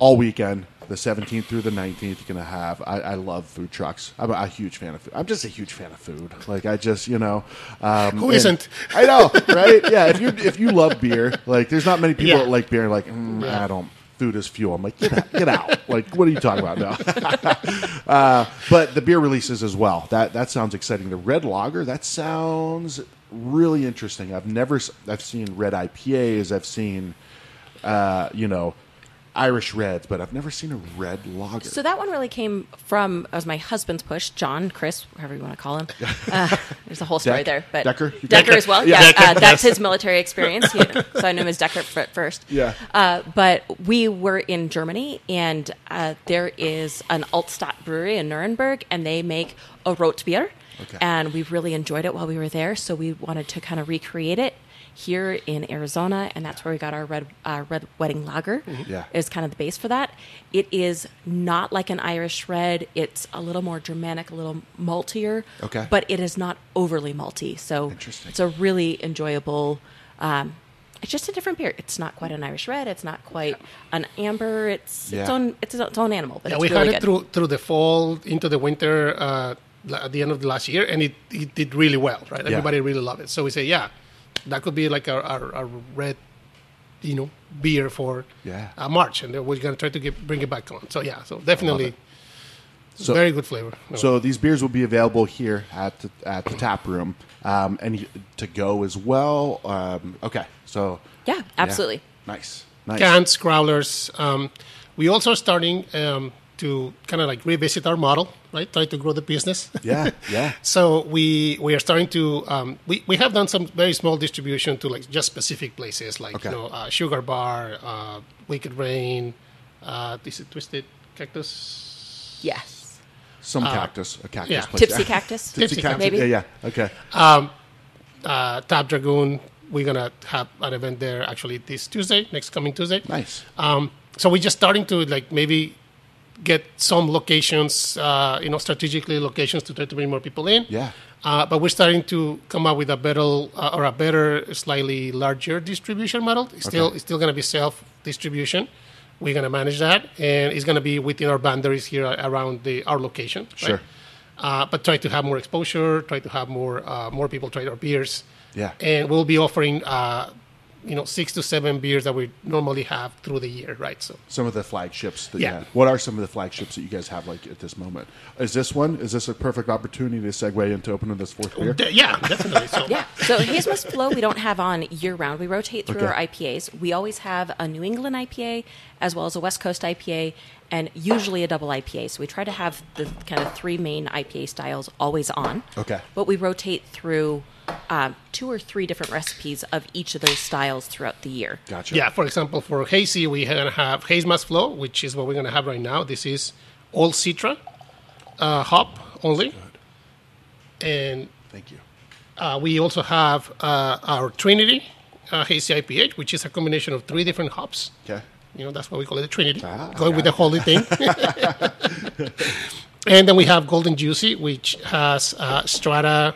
S1: all weekend, the 17th through the 19th, you're going to have. I, I love food trucks. I'm a, a huge fan of food. I'm just a huge fan of food. Like, I just, you know. Um,
S2: Who
S1: and-
S2: isn't?
S1: I know, right? Yeah. If you if you love beer, like, there's not many people
S2: Yeah.
S1: that like beer, like, mm,
S2: Yeah.
S1: I don't. Food is fuel. I'm like, get out, get out. Like, what are you talking about now? but the beer releases as well. That that sounds exciting. The red lager that sounds really interesting. I've never s- I've seen red IPAs. I've seen uh, you know Irish reds, but I've never seen a red lager.
S3: So that one really came from as my husband's push, John, Chris, whoever you want to call him. Uh, there's a whole
S1: Deck-
S3: story there, but
S1: Decker?
S3: Decker, as well.
S1: Yeah.
S3: Yeah, uh, that's his military experience. He- so I knew him as Decker f- at first.
S1: Yeah.
S3: uh, but we were in Germany, and uh, there is an Altstadt brewery in Nuremberg, and they make a Rotbier,
S1: Okay.
S3: and we really enjoyed it while we were there. So we wanted to kind of recreate it. Here in Arizona, and that's where we got our red uh, red wedding lager
S1: Mm-hmm. Yeah.
S3: is kind of the base for that. It is not like an Irish red. It's a little more Germanic, a little maltier.
S1: Okay.
S3: But it is not overly malty. So
S1: Interesting.
S3: it's a really enjoyable. Um, it's just a different beer. It's not quite an Irish red. It's not quite an amber. It's its
S1: Yeah.
S3: own. It's its own animal. But
S2: Yeah,
S3: it's
S2: we
S3: really
S2: had it
S3: good.
S2: through through the fall into the winter. Uh, la- at the end of the last year, and it, it did really well, right? Everybody really loved it. So we say, yeah, that could be like our, our, our red, you know, beer for
S1: Yeah.
S2: uh, March, and then we're gonna try to get, bring it back on. So yeah, so definitely,
S1: So-
S2: very good flavor.
S1: So these beers will be available here at the, at the tap room, um, and y- to go as well. Um, okay, so
S3: Yeah, absolutely.
S1: nice, nice.
S2: cans, growlers. Um, we also are starting um, to kind of like revisit our model, right? Try to grow the business.
S1: Yeah, yeah.
S2: so we we are starting to um, we we have done some very small distribution to like just specific places like
S1: Okay.
S2: you know uh, Sugar Bar, uh, Wicked Rain, uh, is it Twisted Cactus?
S3: Yes.
S1: Some cactus, a cactus.
S2: yeah.
S1: Place.
S3: Tipsy cactus?
S1: Tipsy
S2: Tipsy
S1: cactus.
S3: Maybe.
S1: Yeah, yeah. Okay.
S2: uh, Tab Dragoon. We're gonna have an event there actually this Tuesday, next coming Tuesday.
S1: Nice.
S2: Um, so we're just starting to like maybe get some locations, uh, you know, strategically locations to try to bring more people in.
S1: Yeah.
S2: Uh, but we're starting to come up with a better uh, or a better, slightly larger distribution model. It's still
S1: Okay.
S2: it's still going to be self distribution. We're going to manage that, and it's going to be within our boundaries here a- around the our location. right?
S1: Sure.
S2: Uh, but try to have more exposure. Try to have more uh, more people try our beers.
S1: Yeah.
S2: And we'll be offering. Uh, you know, six to seven beers that we normally have through the year, right? So
S1: Some of the flagships. That,
S2: Yeah.
S1: yeah. What are some of the flagships that you guys have like at this moment? Is this one? Is this a perfect opportunity to segue into opening this fourth beer?
S2: De- yeah, definitely. So
S3: Yeah. So Haze Must Flow, we don't have on year round. We rotate through
S1: Okay.
S3: our IPAs. We always have a New England IPA as well as a West Coast IPA and usually a double IPA. So we try to have the kind of three main IPA styles always on.
S1: Okay.
S3: But we rotate through um, two or three different recipes of each of those styles throughout the year.
S1: Gotcha.
S2: Yeah, for example, for hazy, we're going to have haze mass flow, which is what we're going to have right now. This is all Citra uh, hop only. And
S1: Thank you.
S2: uh, we also have uh, our Trinity uh, hazy IPH, which is a combination of three different hops.
S1: Okay.
S2: You know, that's why we call it a Trinity,
S1: Ah,
S2: going with the
S1: gotcha.
S2: holy thing. and then we have Golden Juicy, which has uh, Strata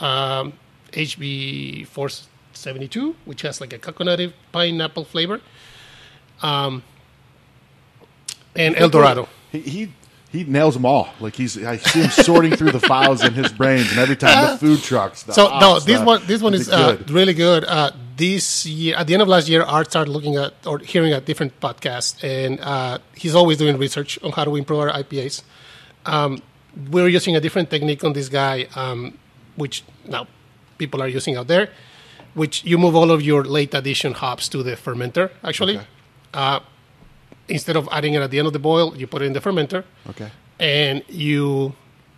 S2: um, HB 472, which has like a coconutty pineapple flavor, um, and El Dorado.
S1: He. he he nails them all. Like he's, I see him sorting through the files in his brains, and every time the food trucks. The
S2: Uh, So
S1: hops,
S2: no, this
S1: the-
S2: one this one is uh,
S1: good.
S2: really good. Uh, this year, at the end of last year, Art started looking at or hearing at different podcasts, and uh, he's always doing research on how to improve our IPAs. Um, we're using a different technique on this guy, um, which now people are using out there, which you move all of your late addition hops to the fermenter. Actually,
S1: Okay.
S2: uh, instead of adding it at the end of the boil, you put it in the fermenter
S1: Okay.
S2: and you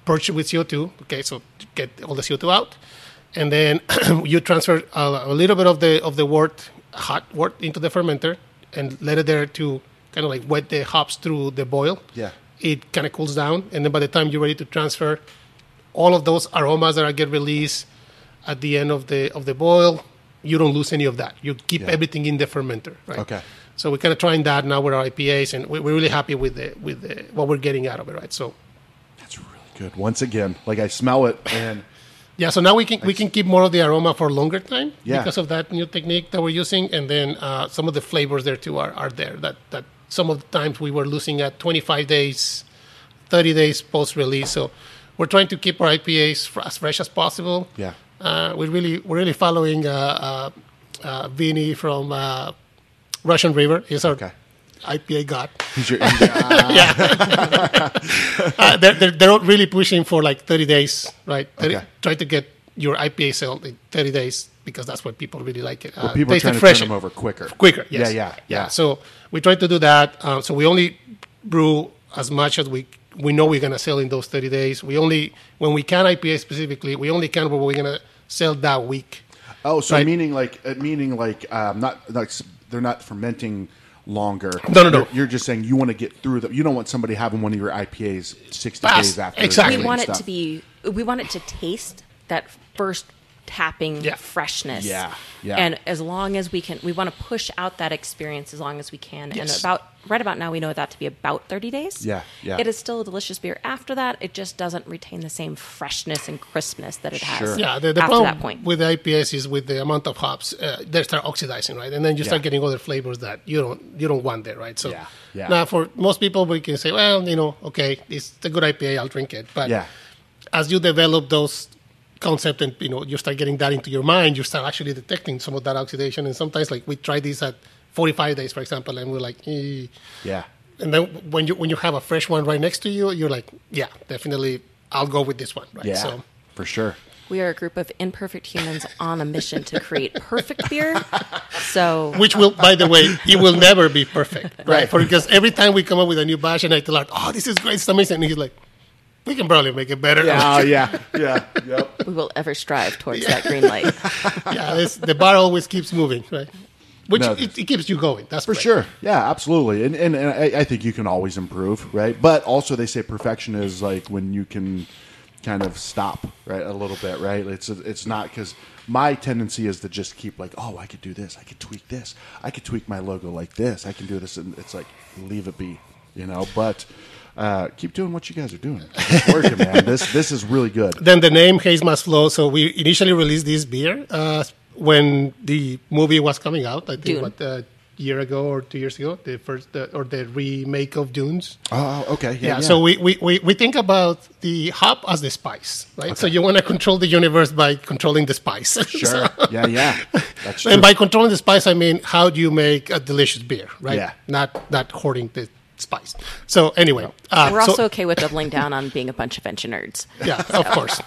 S2: purge it with CO2. Okay, so to get all the CO2 out, and then you transfer a, a little bit of the of the wort, hot wort, into the fermenter, and let it there to kind of like wet the hops through the boil.
S1: Yeah.
S2: it kind of cools down, and then by the time you're ready to transfer, all of those aromas that are get released at the end of the of the boil, you don't lose any of that. You keep
S1: Yeah.
S2: everything in the fermenter. Right.
S1: Okay.
S2: So we're kind of trying that now with our IPAs, and we- we're really happy with the with the, what we're getting out of it, right? So
S1: That's really good. Once again, like I smell it, and
S2: yeah, so now we can we can keep more of the aroma for a longer time
S1: Yeah.
S2: because of that new technique that we're using, and then uh, some of the flavors there too are, are there that that some of the times we were losing at 25 days, 30 days post release. So we're trying to keep our IPAs fr- as fresh as possible.
S1: Yeah.
S2: uh, we're really we're really following uh, uh, uh, Vinny from uh, Russian River. He's our
S1: Okay.
S2: IPA god.
S1: he's your, ah,
S2: uh, they're, they're, they're really pushing for like 30 days, right? 30,
S1: Okay.
S2: Try to get your IPA sold in 30 days because that's what people really like it. Uh,
S1: people are
S2: taste it
S1: trying to
S2: fresh.
S1: turn them over quicker.
S2: Quicker, yes.
S1: Yeah, yeah, yeah.
S2: So we try to do that. Um, so we only brew as much as we we know we're going to sell in those 30 days. We only, when we can IPA specifically, we only can what we're going to sell that week.
S1: Oh, so
S2: Right.
S1: meaning like uh, meaning like um, not like s- they're not fermenting longer.
S2: No, no, no.
S1: You're, you're just saying you want to get through them. You don't want somebody having one of your IPAs sixty
S2: Fast.
S1: days after.
S2: Exactly.
S3: We
S2: Green
S3: want it to be. We want it to taste that first tapping
S2: Yeah.
S3: freshness.
S1: Yeah, yeah.
S3: And as long as we can, we want to push out that experience as long as we can.
S2: Yes.
S3: And about right about now, we know that to be about thirty days.
S1: Yeah, yeah.
S3: It is still a delicious beer after that. It just doesn't retain the same freshness and crispness that it has.
S1: Sure.
S2: Yeah, the, the
S3: after
S2: problem
S3: that point.
S2: with the IPAs is with the amount of hops, uh, they start oxidizing, right? And then you start
S1: Yeah.
S2: getting other flavors that you don't you don't want there, right? So
S1: Yeah, yeah.
S2: now for most people, we can say, well, you know, okay, it's a good IPA, I'll drink it, but
S1: Yeah.
S2: as you develop those concept and you know you start getting that into your mind you start actually detecting some of that oxidation and sometimes like we try this at 45 days for example and we're like eh.
S1: Yeah.
S2: and then when you when you have a fresh one right next to you you're like yeah definitely i'll go with this one right
S1: Yeah.
S2: so
S1: for sure.
S3: We are a group of imperfect humans on a mission to create perfect beer. So
S2: which will by the way it will never be perfect right,
S1: Right.
S2: For- because every time we come up with a new batch and i tell art oh this is great it's amazing and he's like we can probably make it better
S1: Yeah. Oh, yeah. Yeah. Yep.
S3: we will ever strive towards that green light.
S2: yeah it's, the bar always keeps moving right which
S1: No.
S2: it, it keeps you going that's
S1: For sure. Yeah, absolutely. And and, and I, I think you can always improve, right? But also they say perfection is like when you can kind of stop, right, a little bit, right? It's it's not cuz my tendency is to just keep like, oh, I could do this, I could tweak this, I could tweak my logo like this, I can do this, and it's like leave it be, you know. But uh, keep doing what you guys are doing. It's working, man. This this is really good.
S2: then the name Haze Must Flow. So we initially released this beer uh, when the movie was coming out. I think
S3: Dune.
S2: what a year ago or two years ago, the first uh, or the remake of Dunes.
S1: Oh, okay. Yeah.
S2: Yeah, so we, we, we, we think about the hop as the spice, right? So you want to control the universe by controlling the spice.
S1: sure. Yeah, yeah. That's true.
S2: and by controlling the spice, I mean how do you make a delicious beer, right?
S1: Yeah.
S2: Not not hoarding the spice. So anyway, uh,
S3: We're
S2: so-
S3: also okay with doubling down on being a bunch of venture nerds.
S2: yeah, of course.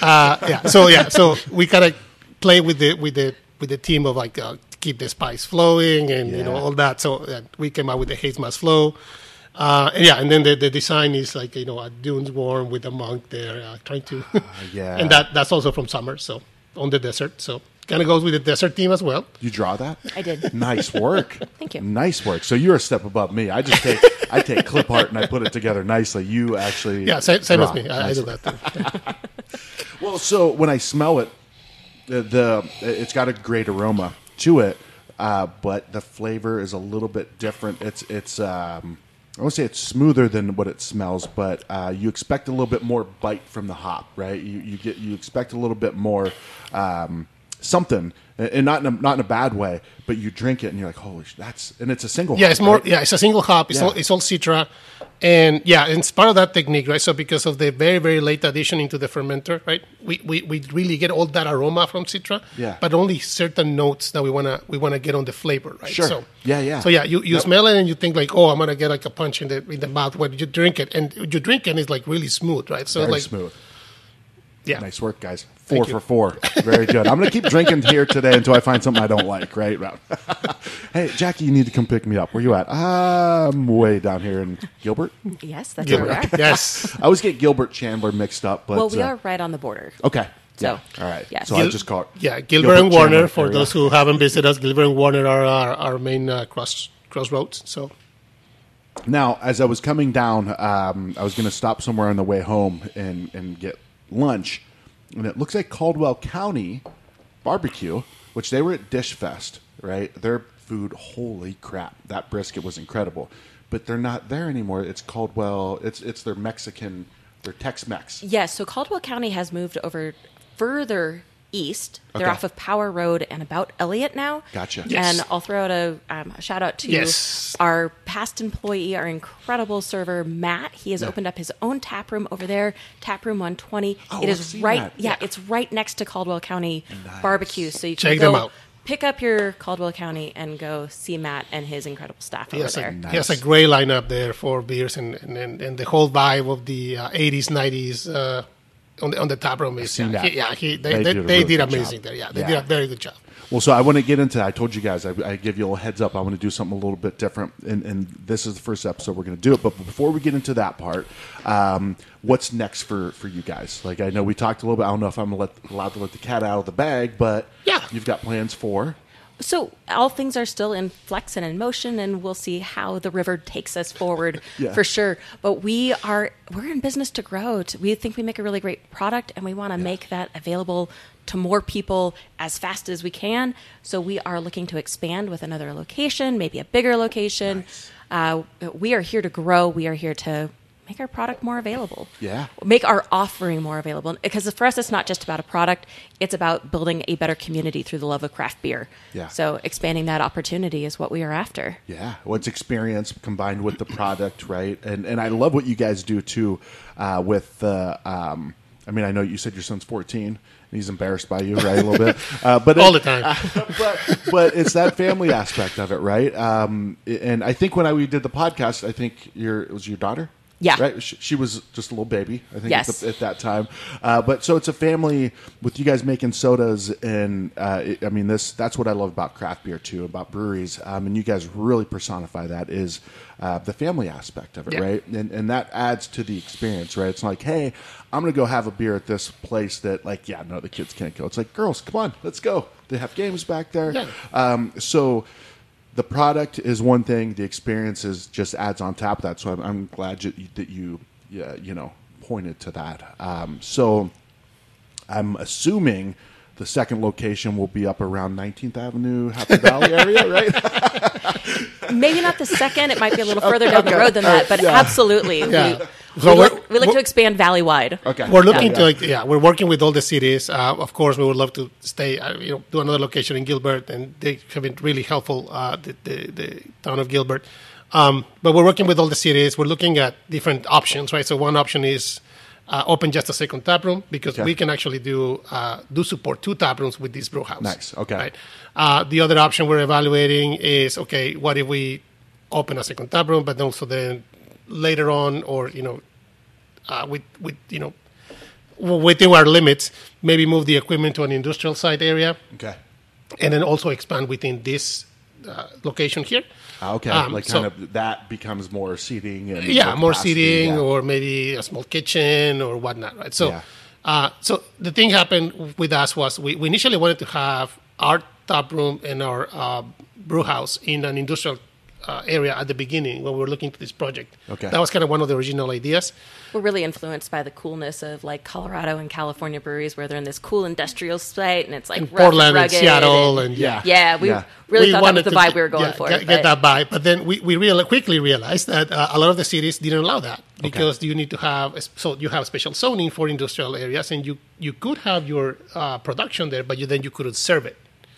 S2: Uh, yeah, so yeah, so we kind of play with the with the with the team of like uh, keep the spice flowing and you know
S1: Yeah.
S2: all that. So uh, we came out with the haze mass flow. Uh, and yeah, and then the, the design is like you know a dunes warm with a monk there uh, trying to,
S1: Ah, yeah.
S2: and that that's also from summer, so on the desert, so kind of goes with the desert theme as well.
S1: You draw that?
S3: I did.
S1: Nice work.
S3: Thank you.
S1: Nice work. So you're a step above me. I just take I take clip art and I put it together nicely. You actually
S2: Yeah, same, same as
S1: draw.
S2: me, I, I
S1: Nice
S2: do
S1: work.
S2: that. Too.
S1: Well, so when I smell it, the, the it's got a great aroma to it, uh, but the flavor is a little bit different. It's it's um, I won't say it's smoother than what it smells, but uh, you expect a little bit more bite from the hop, right? You you get you expect a little bit more. Um, Something, and not in a, not in a bad way, but you drink it and you're like, "Holy, sh- that's!" And it's a single.
S2: Yeah,
S1: hop,
S2: it's more.
S1: right?
S2: Yeah, it's a single hop. It's
S1: Yeah.
S2: all it's all Citra, and yeah, and it's part of that technique, right? So because of the very very late addition into the fermenter, right? We we, we really get all that aroma from Citra,
S1: Yeah.
S2: but only certain notes that we wanna we wanna get on the flavor, right?
S1: Sure. Yeah, yeah.
S2: So yeah, you, you
S1: Yep.
S2: smell it and you think like, oh, I'm gonna get like a punch in the in the mouth when you drink it, and you drink it and it's like really smooth, right? So
S1: Very
S2: like,
S1: smooth.
S2: yeah,
S1: Nice work, guys. Four
S2: Thank
S1: for
S2: you.
S1: four. Very good. I'm going to keep drinking here today until I find something I don't like, right? Rob? hey, Jackie, you need to come pick me up. Where you at? I'm way down here in Gilbert.
S3: Yes, that's
S2: Yeah.
S3: where we are.
S2: yes.
S1: I always get Gilbert Chandler mixed up, but
S3: Well, we
S1: uh,
S3: are right on the border.
S1: okay.
S3: So,
S1: yeah. all right.
S3: yes.
S1: So I
S2: Gil-
S1: just call it.
S2: Yeah, Gilbert, and
S1: Chandler.
S2: Warner. for
S1: There we
S2: those
S1: go.
S2: who haven't visited us, Gilbert and Warner are our, our main uh, cross crossroads. So
S1: Now, as I was coming down, um, I was going to stop somewhere on the way home and, and get lunch. And it looks like Caldwell County Barbecue, which they were at Dish Fest, right? Their food, holy crap, that brisket was incredible. But they're not there anymore. It's Caldwell, it's, it's their Mexican, their Tex Mex.
S3: Yes, so Caldwell County has moved over further east. They're
S1: Okay.
S3: off of Power Road and about Elliott now.
S1: Gotcha.
S2: Yes.
S3: And I'll throw out a, um, a shout out to
S2: Yes.
S3: our past employee, our incredible server, Matt. He has opened up his own tap room over there, Tap Room 120.
S1: Oh,
S3: it
S1: I've
S3: is
S1: seen
S3: right,
S1: that.
S3: yeah, it's right next to Caldwell County Barbecue. So you can
S2: Check
S3: go
S2: them out.
S3: pick up your Caldwell County and go see Matt and his incredible staff
S2: He
S3: over
S2: has,
S3: there.
S2: a, he has a
S1: Nice.
S2: great lineup there for beers and, and, and, and the whole vibe of the uh, 80s, 90s uh, on, the, on the tap room. Is,
S1: seen
S2: yeah,
S1: that.
S2: He, yeah he,
S1: They
S2: they, they,
S1: did a
S2: they
S1: really
S2: did
S1: good
S2: amazing
S1: job.
S2: there. Yeah, they
S1: Yeah.
S2: did a very good job.
S1: Well, so I want to get into that. I told you guys I, I give you a little heads up. I want to do something a little bit different, and, and this is the first episode we're going to do it. But before we get into that part, um, what's next for for you guys? Like I know we talked a little bit. I don't know if I'm let, allowed to let the cat out of the bag, but
S2: Yeah.
S1: you've got plans for
S3: So all things are still in flex and in motion, and we'll see how the river takes us forward
S1: Yeah.
S3: for sure. But we are we're in business to grow. To, we think we make a really great product, and we want to make that available to more people as fast as we can. So we are looking to expand with another location, maybe a bigger location. Uh, we are here to grow. We are here to make our product more available
S1: Yeah.
S3: make our offering more available because for us it's not just about a product it's about building a better community through the love of craft beer
S1: Yeah.
S3: so expanding that opportunity is what we are after
S1: Yeah, well, it's experience combined with the product, right? And and I love what you guys do too uh, with the. Um, I mean, I know you said your son's 14 and he's embarrassed by you, right? A little bit, uh, but
S2: all
S1: it-
S2: the time.
S1: but but it's that family aspect of it, right? Um, and I think when I we did the podcast, I think your it was your daughter,
S3: Yeah.
S1: right? She, she was just a little baby, I think, at,
S3: Yes.
S1: the, at that time. Uh, but so it's a family with you guys making sodas, and uh, it, I mean this that's what I love about craft beer too, about breweries, um, and you guys really personify that is uh, the family aspect of it,
S2: Yeah.
S1: right? And and that adds to the experience, right? It's like, hey. I'm gonna go have a beer at this place that, like, yeah, no, the kids can't go. It's like, girls, come on, let's go. They have games back there.
S2: Yeah.
S1: Um, so the product is one thing; the experience is just adds on top of that. So I'm, I'm glad you, that you, yeah, you know, pointed to that. Um, so I'm assuming the second location will be up around 19th Avenue, Happy Valley area, right?
S3: Maybe not the second. It might be a little further down the road than
S1: Uh,
S3: that, but absolutely.
S2: Yeah.
S3: We,
S2: So
S3: we,
S2: we're-
S3: look, we like to
S2: we're-
S3: expand valley wide.
S1: Okay,
S2: We're looking
S1: Yeah.
S2: to like, yeah, we're working with all the cities. Uh, of course, we would love to stay, uh, you know, do another location in Gilbert, and they have been really helpful, uh, the, the, the town of Gilbert. Um, but we're working with all the cities. We're looking at different options, right? So one option is uh, open just a second tap room because
S1: Okay.
S2: we can actually do uh, do support two tap rooms with this brew house.
S1: Nice. Okay.
S2: Right? Uh, the other option we're evaluating is okay, what if we open a second tap room, but also then later on, or you know, uh, with with you know w- within our limits, maybe move the equipment to an industrial site area,
S1: Okay.
S2: and then also expand within this uh, location here.
S1: Ah, Okay,
S2: Um,
S1: like
S2: so-
S1: kind of that becomes more seating and
S2: yeah, more
S1: capacity,
S2: seating
S1: yeah.
S2: or maybe a small kitchen or whatnot, right? So,
S1: Yeah.
S2: uh, so the thing happened with us was we, we initially wanted to have our tap room and our uh, brew house in an industrial uh, area at the beginning when we were looking into this project.
S1: Okay.
S2: that was kind of one of the original ideas.
S3: We're really influenced by the coolness of like Colorado and California breweries, where they're in this cool industrial site, and it's like rough
S2: Portland and
S3: rugged
S2: Seattle and,
S1: yeah.
S2: yeah.
S3: yeah, we
S1: Yeah.
S3: really thought that was the
S2: to
S3: vibe
S2: get-
S3: we were going
S2: yeah,
S3: for.
S2: Get, get
S3: but-
S2: that vibe, but then we we real, quickly realized that uh, a lot of the cities didn't allow that because you need to have a sp- so you have special zoning for industrial areas, and you you could have your uh, production there, but you then you couldn't serve it.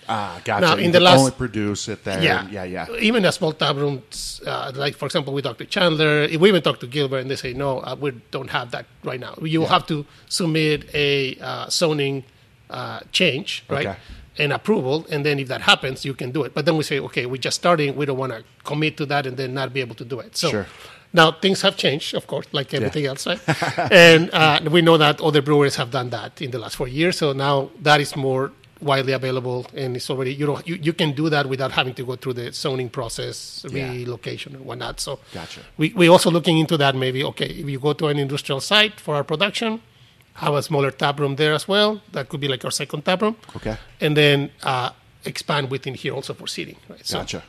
S1: Ah, gotcha.
S2: Now,
S1: you
S2: in the
S1: can
S2: last-
S1: only produce it there. Yeah, yeah, yeah.
S2: Even a small tap room, uh, like for example, we talked to Chandler, we even talked to Gilbert, and they say, no, uh, we don't have that right now. You have to submit a uh, zoning uh, change, right?
S1: Okay.
S2: And approval, and then if that happens, you can do it. But then we say, okay, we're just starting. We don't want to commit to that and then not be able to do it. So
S1: Sure.
S2: now things have changed, of course, like everything else, right? and uh, we know that other brewers have done that in the last four years. So now that is more widely available, and it's already you know you, you can do that without having to go through the zoning process,
S1: Yeah.
S2: relocation, and whatnot. So
S1: Gotcha.
S2: We we also looking into that. Maybe okay, if you go to an industrial site for our production, have a smaller tap room there as well. That could be like our second tap room.
S1: Okay.
S2: and then uh, expand within here also for seating. Right. So
S1: Gotcha.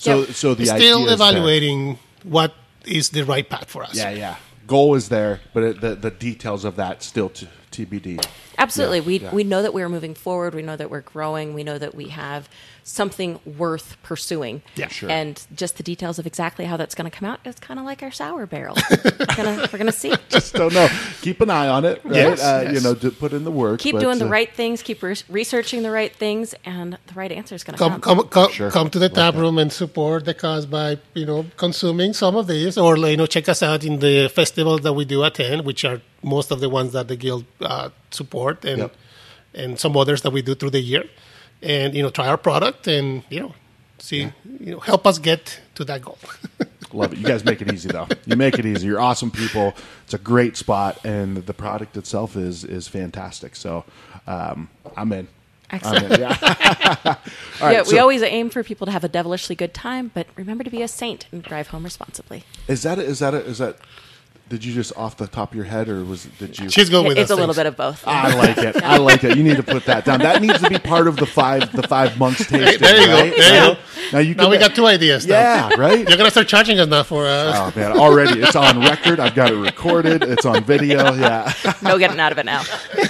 S1: So,
S3: Yep.
S1: so the idea
S2: still
S1: is that-
S2: evaluating what is the right path for us.
S1: Yeah, yeah. Goal is there, but it, the the details of that still t- TBD.
S3: Absolutely.
S1: Yeah,
S3: we
S1: yeah.
S3: we know that we're moving forward. We know that we're growing. We know that we have something worth pursuing.
S2: Yeah. Sure.
S3: And just the details of exactly how that's going to come out is kind of like our sour barrel. we're gonna we're gonna see.
S1: Just don't know. Keep an eye on it. Right?
S2: Yes,
S1: uh, You
S2: yes.
S1: know, to put in the work.
S3: Keep
S1: but,
S3: doing the
S1: uh,
S3: right things. Keep re- researching the right things, and the right answer is going to
S2: come
S3: come.
S2: come come,
S1: Sure.
S2: come to the
S1: Like
S2: tap
S1: that.
S2: room and support the cause by you know consuming some of these or you know check us out in the festivals that we do attend which are most of the ones that the guild uh, support and
S1: Yep.
S2: and some others that we do through the year and you know try our product and you know see you know help us get to that goal
S1: Love it. You guys make it easy though. You make it easy. You're awesome people. It's a great spot, and the product itself is is fantastic. So, um, I'm in. I'm in.
S3: Excellent.
S1: Yeah. All
S3: yeah,
S1: right,
S3: we
S1: so-
S3: always aim for people to have a devilishly good time, but remember to be a saint and drive home responsibly.
S1: Is that a, is that a, is that? Did you just off the top of your head, or was did you?
S2: she's going with
S3: it's
S2: us
S3: a little
S2: thanks.
S3: bit of both.
S1: I like it. I like it. You need to put that down. That needs to be part of the five the five months tasting.
S2: there you go.
S1: right?
S2: There you go.
S1: Now you
S2: now
S1: can-
S2: we got two ideas now.
S1: Yeah, right.
S2: you're gonna start charging us now for uh,
S1: Oh man, already it's on record. I've got it recorded. It's on video. Yeah.
S3: No getting out of it now.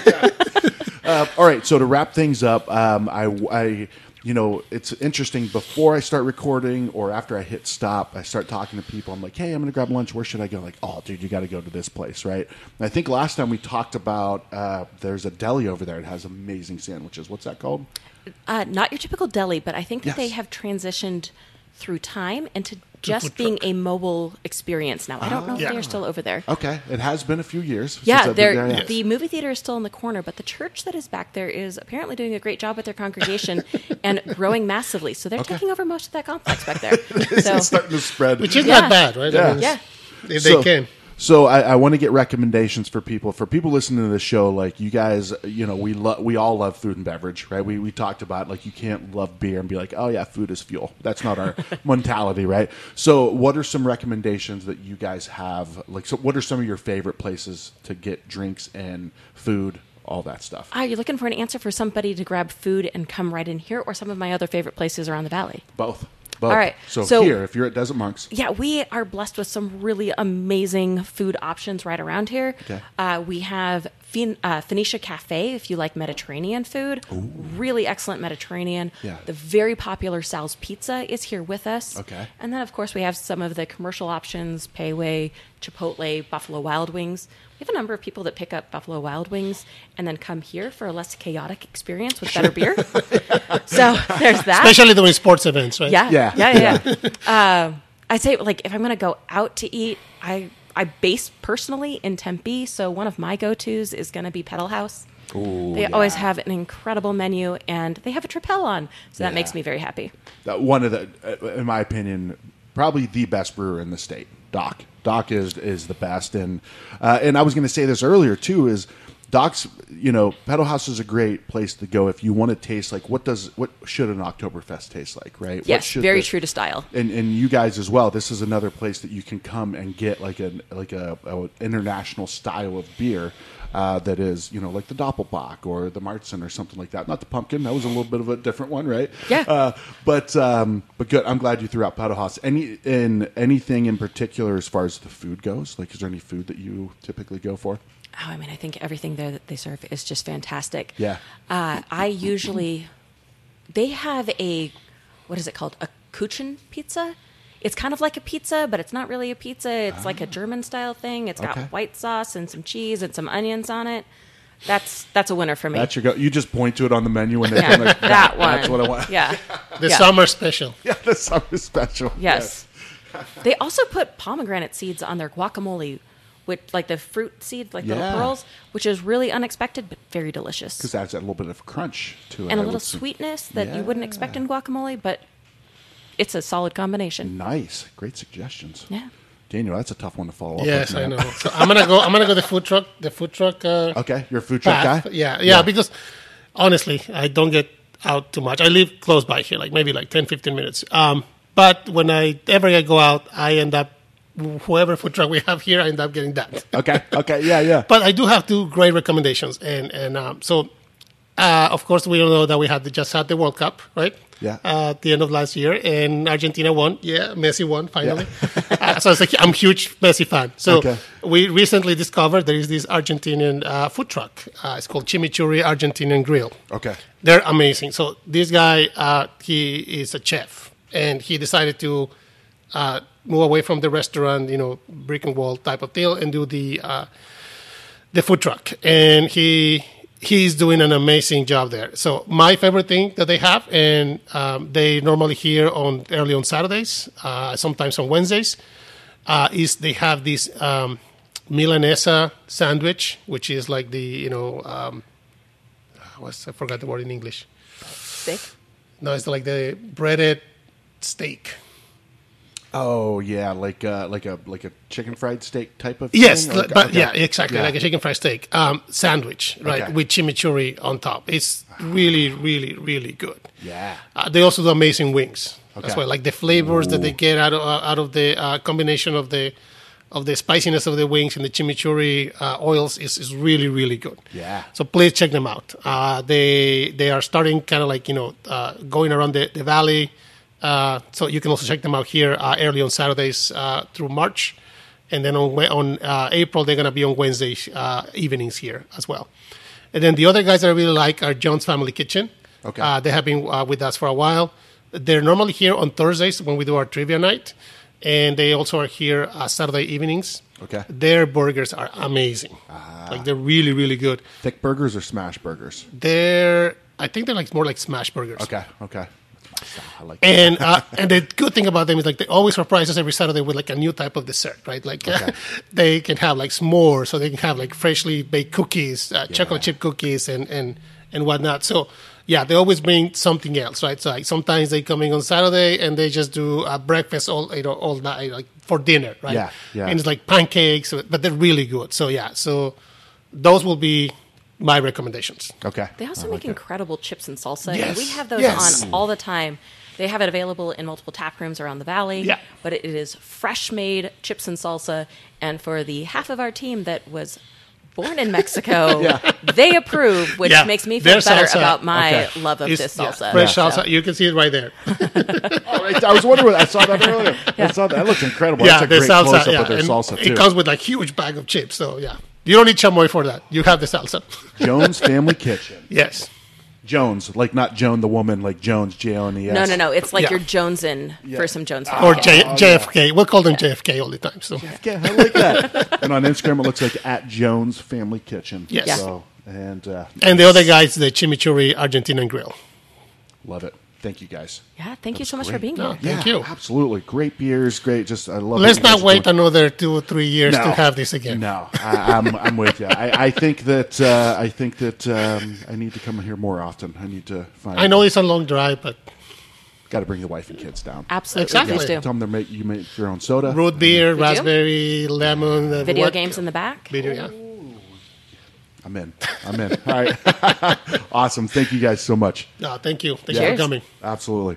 S1: Uh, all right. So to wrap things up, um, I, I, you know, it's interesting. Before I start recording or after I hit stop, I start talking to people. I'm like, hey, I'm going to grab lunch. Where should I go? Like, oh, dude, you got to go to this place, right? And I think last time we talked about uh, there's a deli over there. It has amazing sandwiches. What's that called?
S3: Uh, not your typical deli, but I think that they
S1: Yes.
S3: have transitioned through time into just
S2: food
S3: being
S2: truck.
S3: a mobile experience now. I don't know if
S2: Ah.
S3: they're still over there.
S1: Okay, it has been a few years. since
S3: Yeah,
S1: I've been
S3: they're-
S1: there, yeah.
S3: the movie theater is still in the corner, but the church that is back there is apparently doing a great job with their congregation and growing massively. So they're taking over most of that complex back there. So
S1: It's starting to spread.
S2: which is
S3: Yeah.
S2: not bad, right? I
S1: Yeah.
S2: mean,
S3: yeah,
S2: it's- If
S1: so,
S2: they can.
S1: So I, I want to get recommendations for people. For people listening to this show, like you guys, you know, we love we all love food and beverage, right? We we talked about like you can't love beer and be like, oh yeah, food is fuel. That's not our mentality, right? So what are some recommendations that you guys have? Like, so what are some of your favorite places to get drinks and food, all that stuff?
S3: are you Ah, looking for an answer for somebody to grab food and come right in here, or some of my other favorite places around the valley?
S1: Both. Both.
S3: All right,
S1: So,
S3: so-
S1: here, if you're at Desert Monks,
S3: yeah, we are blessed with some really amazing food options right around here.
S1: Okay.
S3: Uh, we have Phen- uh, Phoenicia Cafe if you like Mediterranean food. Really excellent Mediterranean.
S1: Yeah.
S3: The very popular Sal's Pizza is here with us.
S1: Okay.
S3: And then, of course, we have some of the commercial options Payway, Chipotle, Buffalo Wild Wings. We have a number of people that pick up Buffalo Wild Wings and then come here for a less chaotic experience with better beer. so there's that.
S2: Especially during sports events, right?
S3: Yeah.
S1: Yeah.
S3: Yeah. Yeah. yeah. Uh, I say, like, if I'm going to go out to eat, I, I base personally in Tempe. So one of my go tos is going to be Pedal House. they always
S1: yeah.
S3: have an incredible menu and they have a trapel on. So that makes
S1: Yeah.
S3: me very happy.
S1: that one of the, uh, in my opinion, probably the best brewer in the state. Doc, Doc is is the best, and uh, and I was going to say this earlier too is Doc's. You know, Pedal House is a great place to go if you want to taste like what does what should an Oktoberfest taste like, right? What
S3: Yes.
S1: should
S3: Very
S1: this-
S3: true to style.
S1: and and you guys as well. This is another place that you can come and get like an like a, a international style of beer uh, that is you know like the Doppelbock or the Martzen or something like that. Not the pumpkin. That was a little bit of a different one, right?
S3: Yeah.
S1: Uh, but um, but good. I'm glad you threw out Padahaus. Any in anything in particular as far as the food goes? Like, is there any food that you typically go for?
S3: Oh, I mean, I think everything there that they serve is just fantastic.
S1: Yeah.
S3: Uh, I usually, they have a, what is it called? A Kuchen pizza. It's kind of like a pizza, but it's not really a pizza. It's like a German style thing. It's got
S1: Ah. Okay.
S3: white sauce and some cheese and some onions on it. That's that's a winner for me.
S1: That's your go. You just point to it on the menu when they
S3: yeah,
S1: come. Like,
S3: that one.
S1: That's what I want.
S3: Yeah.
S2: The
S3: Yeah.
S2: summer special.
S1: Yeah, that's something special.
S3: Yes. they also put pomegranate seeds on their guacamole, with like the fruit seeds, like
S1: Yeah.
S3: little pearls, which is really unexpected but very delicious.
S1: Because adds a little bit of crunch to it.
S3: and
S1: I
S3: a
S1: would
S3: little
S1: say.
S3: sweetness that you wouldn't expect in guacamole, but it's a solid combination.
S1: Nice. Great suggestions.
S3: Yeah.
S1: Daniel, that's a tough one to follow up
S2: Yes,
S1: with.
S2: I
S1: man.
S2: know. So I'm gonna go. I'm gonna go the food truck. The food truck. Uh,
S1: Okay, you're a food truck
S2: path.
S1: guy?
S2: Yeah, yeah, Because honestly, I don't get out too much. I live close by here, like maybe like 10, 15 minutes. Um, but when I ever I go out, I end up whoever food truck we have here, I end up getting that.
S1: Okay, okay, yeah, yeah.
S2: But I do have two great recommendations, and and um, so uh, of course we all know that we had just had the World Cup, right?
S1: Yeah.
S2: Uh, at the end of last year, and Argentina won. Yeah, Messi won finally. uh, so I was like, I'm a huge Messi fan. So
S1: Okay.
S2: we recently discovered there is this Argentinian uh, food truck. Uh, it's called Chimichurri Argentinian Grill.
S1: Okay.
S2: They're amazing. So this guy, uh, he is a chef, and he decided to uh, move away from the restaurant, you know, brick and wall type of deal, and do the uh, the food truck. And he he's doing an amazing job there. So my favorite thing that they have, and um, they normally here on early on Saturdays, uh, sometimes on Wednesdays, uh, is they have this um, Milanesa sandwich, which is like the you know. Um, what's I forgot the word in English.
S3: Sick.
S2: No, it's like the breaded steak.
S1: Oh yeah, like uh, like a like a chicken fried steak type of
S2: Yes,
S1: thing?
S2: li-
S1: Okay,
S2: but
S1: okay.
S2: yeah, exactly,
S1: Yeah.
S2: like a chicken fried steak um, sandwich, right,
S1: Okay.
S2: with chimichurri on top. It's really, really, really good.
S1: Yeah.
S2: Uh, they also do amazing wings. That's
S1: Okay.
S2: why, like the flavors that they
S1: Ooh.
S2: get out of uh, out of the uh, combination of the of the spiciness of the wings and the chimichurri uh, oils is, is really, really good.
S1: Yeah.
S2: So please check them out. Uh, they they are starting kind of like you know uh, going around the, the valley. Uh, so you can also check them out here uh, early on Saturdays uh, through March, and then on Wed- on uh, April they're gonna be on Wednesday uh, evenings here as well. And then the other guys that I really like are John's Family Kitchen.
S1: Okay.
S2: Uh, they have been uh, with us for a while. They're normally here on Thursdays when we do our trivia night, and they also are here uh, Saturday evenings.
S1: Okay.
S2: Their burgers are amazing. Like they're really, really good.
S1: Thick burgers or smash burgers?
S2: They're I think they're like more like smash burgers.
S1: Okay, okay. I like that.
S2: And uh, and the good thing about them is like they always surprise us every Saturday with like a new type of dessert, right? Like they can have like s'mores, so they can have like freshly baked cookies, uh, chocolate chip cookies, and and and whatnot. So yeah, they always bring something else, right? So like sometimes they come in on Saturday and they just do uh, breakfast all you know all night like for dinner, right?
S1: Yeah, yeah.
S2: And it's like pancakes, but they're really good. So yeah, so those will be my recommendations.
S1: Okay.
S3: They also
S1: I
S3: make
S1: like it.
S3: incredible chips and salsa.
S2: Yes.
S3: And we have those
S2: Yes.
S3: on all the time. They have it available in multiple tap rooms around the valley.
S2: Yeah.
S3: But it is fresh made chips and salsa. And for the half of our team that was born in Mexico, they approve, which
S2: Yeah.
S3: makes me feel
S2: Their
S3: better
S2: salsa-
S3: about my
S1: Okay.
S3: love of
S2: It's-
S3: this
S2: yeah,
S3: salsa.
S2: fresh
S3: So-
S2: salsa, you can see it right there.
S3: Oh,
S1: All right, I was wondering. I saw that earlier. I saw that. That looks incredible. That's a
S2: their
S1: great close up of their
S2: and
S1: salsa too.
S2: It comes with like huge bag of chips, so yeah. You don't need chamoy for that. You have the salsa.
S1: Jones Family Kitchen.
S2: yes.
S1: Jones, like not Joan the woman, like Jones J O N E S.
S3: No, no, no. It's like
S2: Yeah. Ah.
S3: you're Jonesing for some Jones.
S2: Or
S3: Family.
S2: J- JFK. We'll call them JFK all the time. So
S1: Oh, Yeah, I like that. and on Instagram, it looks like at Jones Family Kitchen.
S2: Yes.
S1: So, and uh,
S2: and the other guys, the chimichurri Argentinian grill.
S1: love it. Thank you guys.
S3: yeah, thank you so much for
S1: great.
S3: being
S2: No,
S3: here.
S2: thank
S1: Yeah,
S2: you.
S1: Absolutely. Great beers. Great. Just, I love what
S2: Let's
S1: you
S2: not
S1: guys are
S2: wait
S1: doing.
S2: another two or three years to have this again.
S1: No, I, I'm, I'm with you. I, I think that uh, I think that um, I need to come here more often. I need to find.
S2: I know it's a long drive, but
S1: Got to bring the wife and kids down.
S3: Absolutely.
S2: Exactly.
S3: Please do.
S1: Tell them to make you make your own soda.
S2: root beer,
S3: do?
S2: raspberry, lemon. uh,
S3: Video
S2: what-
S3: games in the back.
S2: Video, yeah.
S1: I'm in. I'm in. All right. awesome. Thank you guys so much.
S2: No, Ah, thank you. Thanks
S3: Yeah.
S2: for coming.
S1: Absolutely.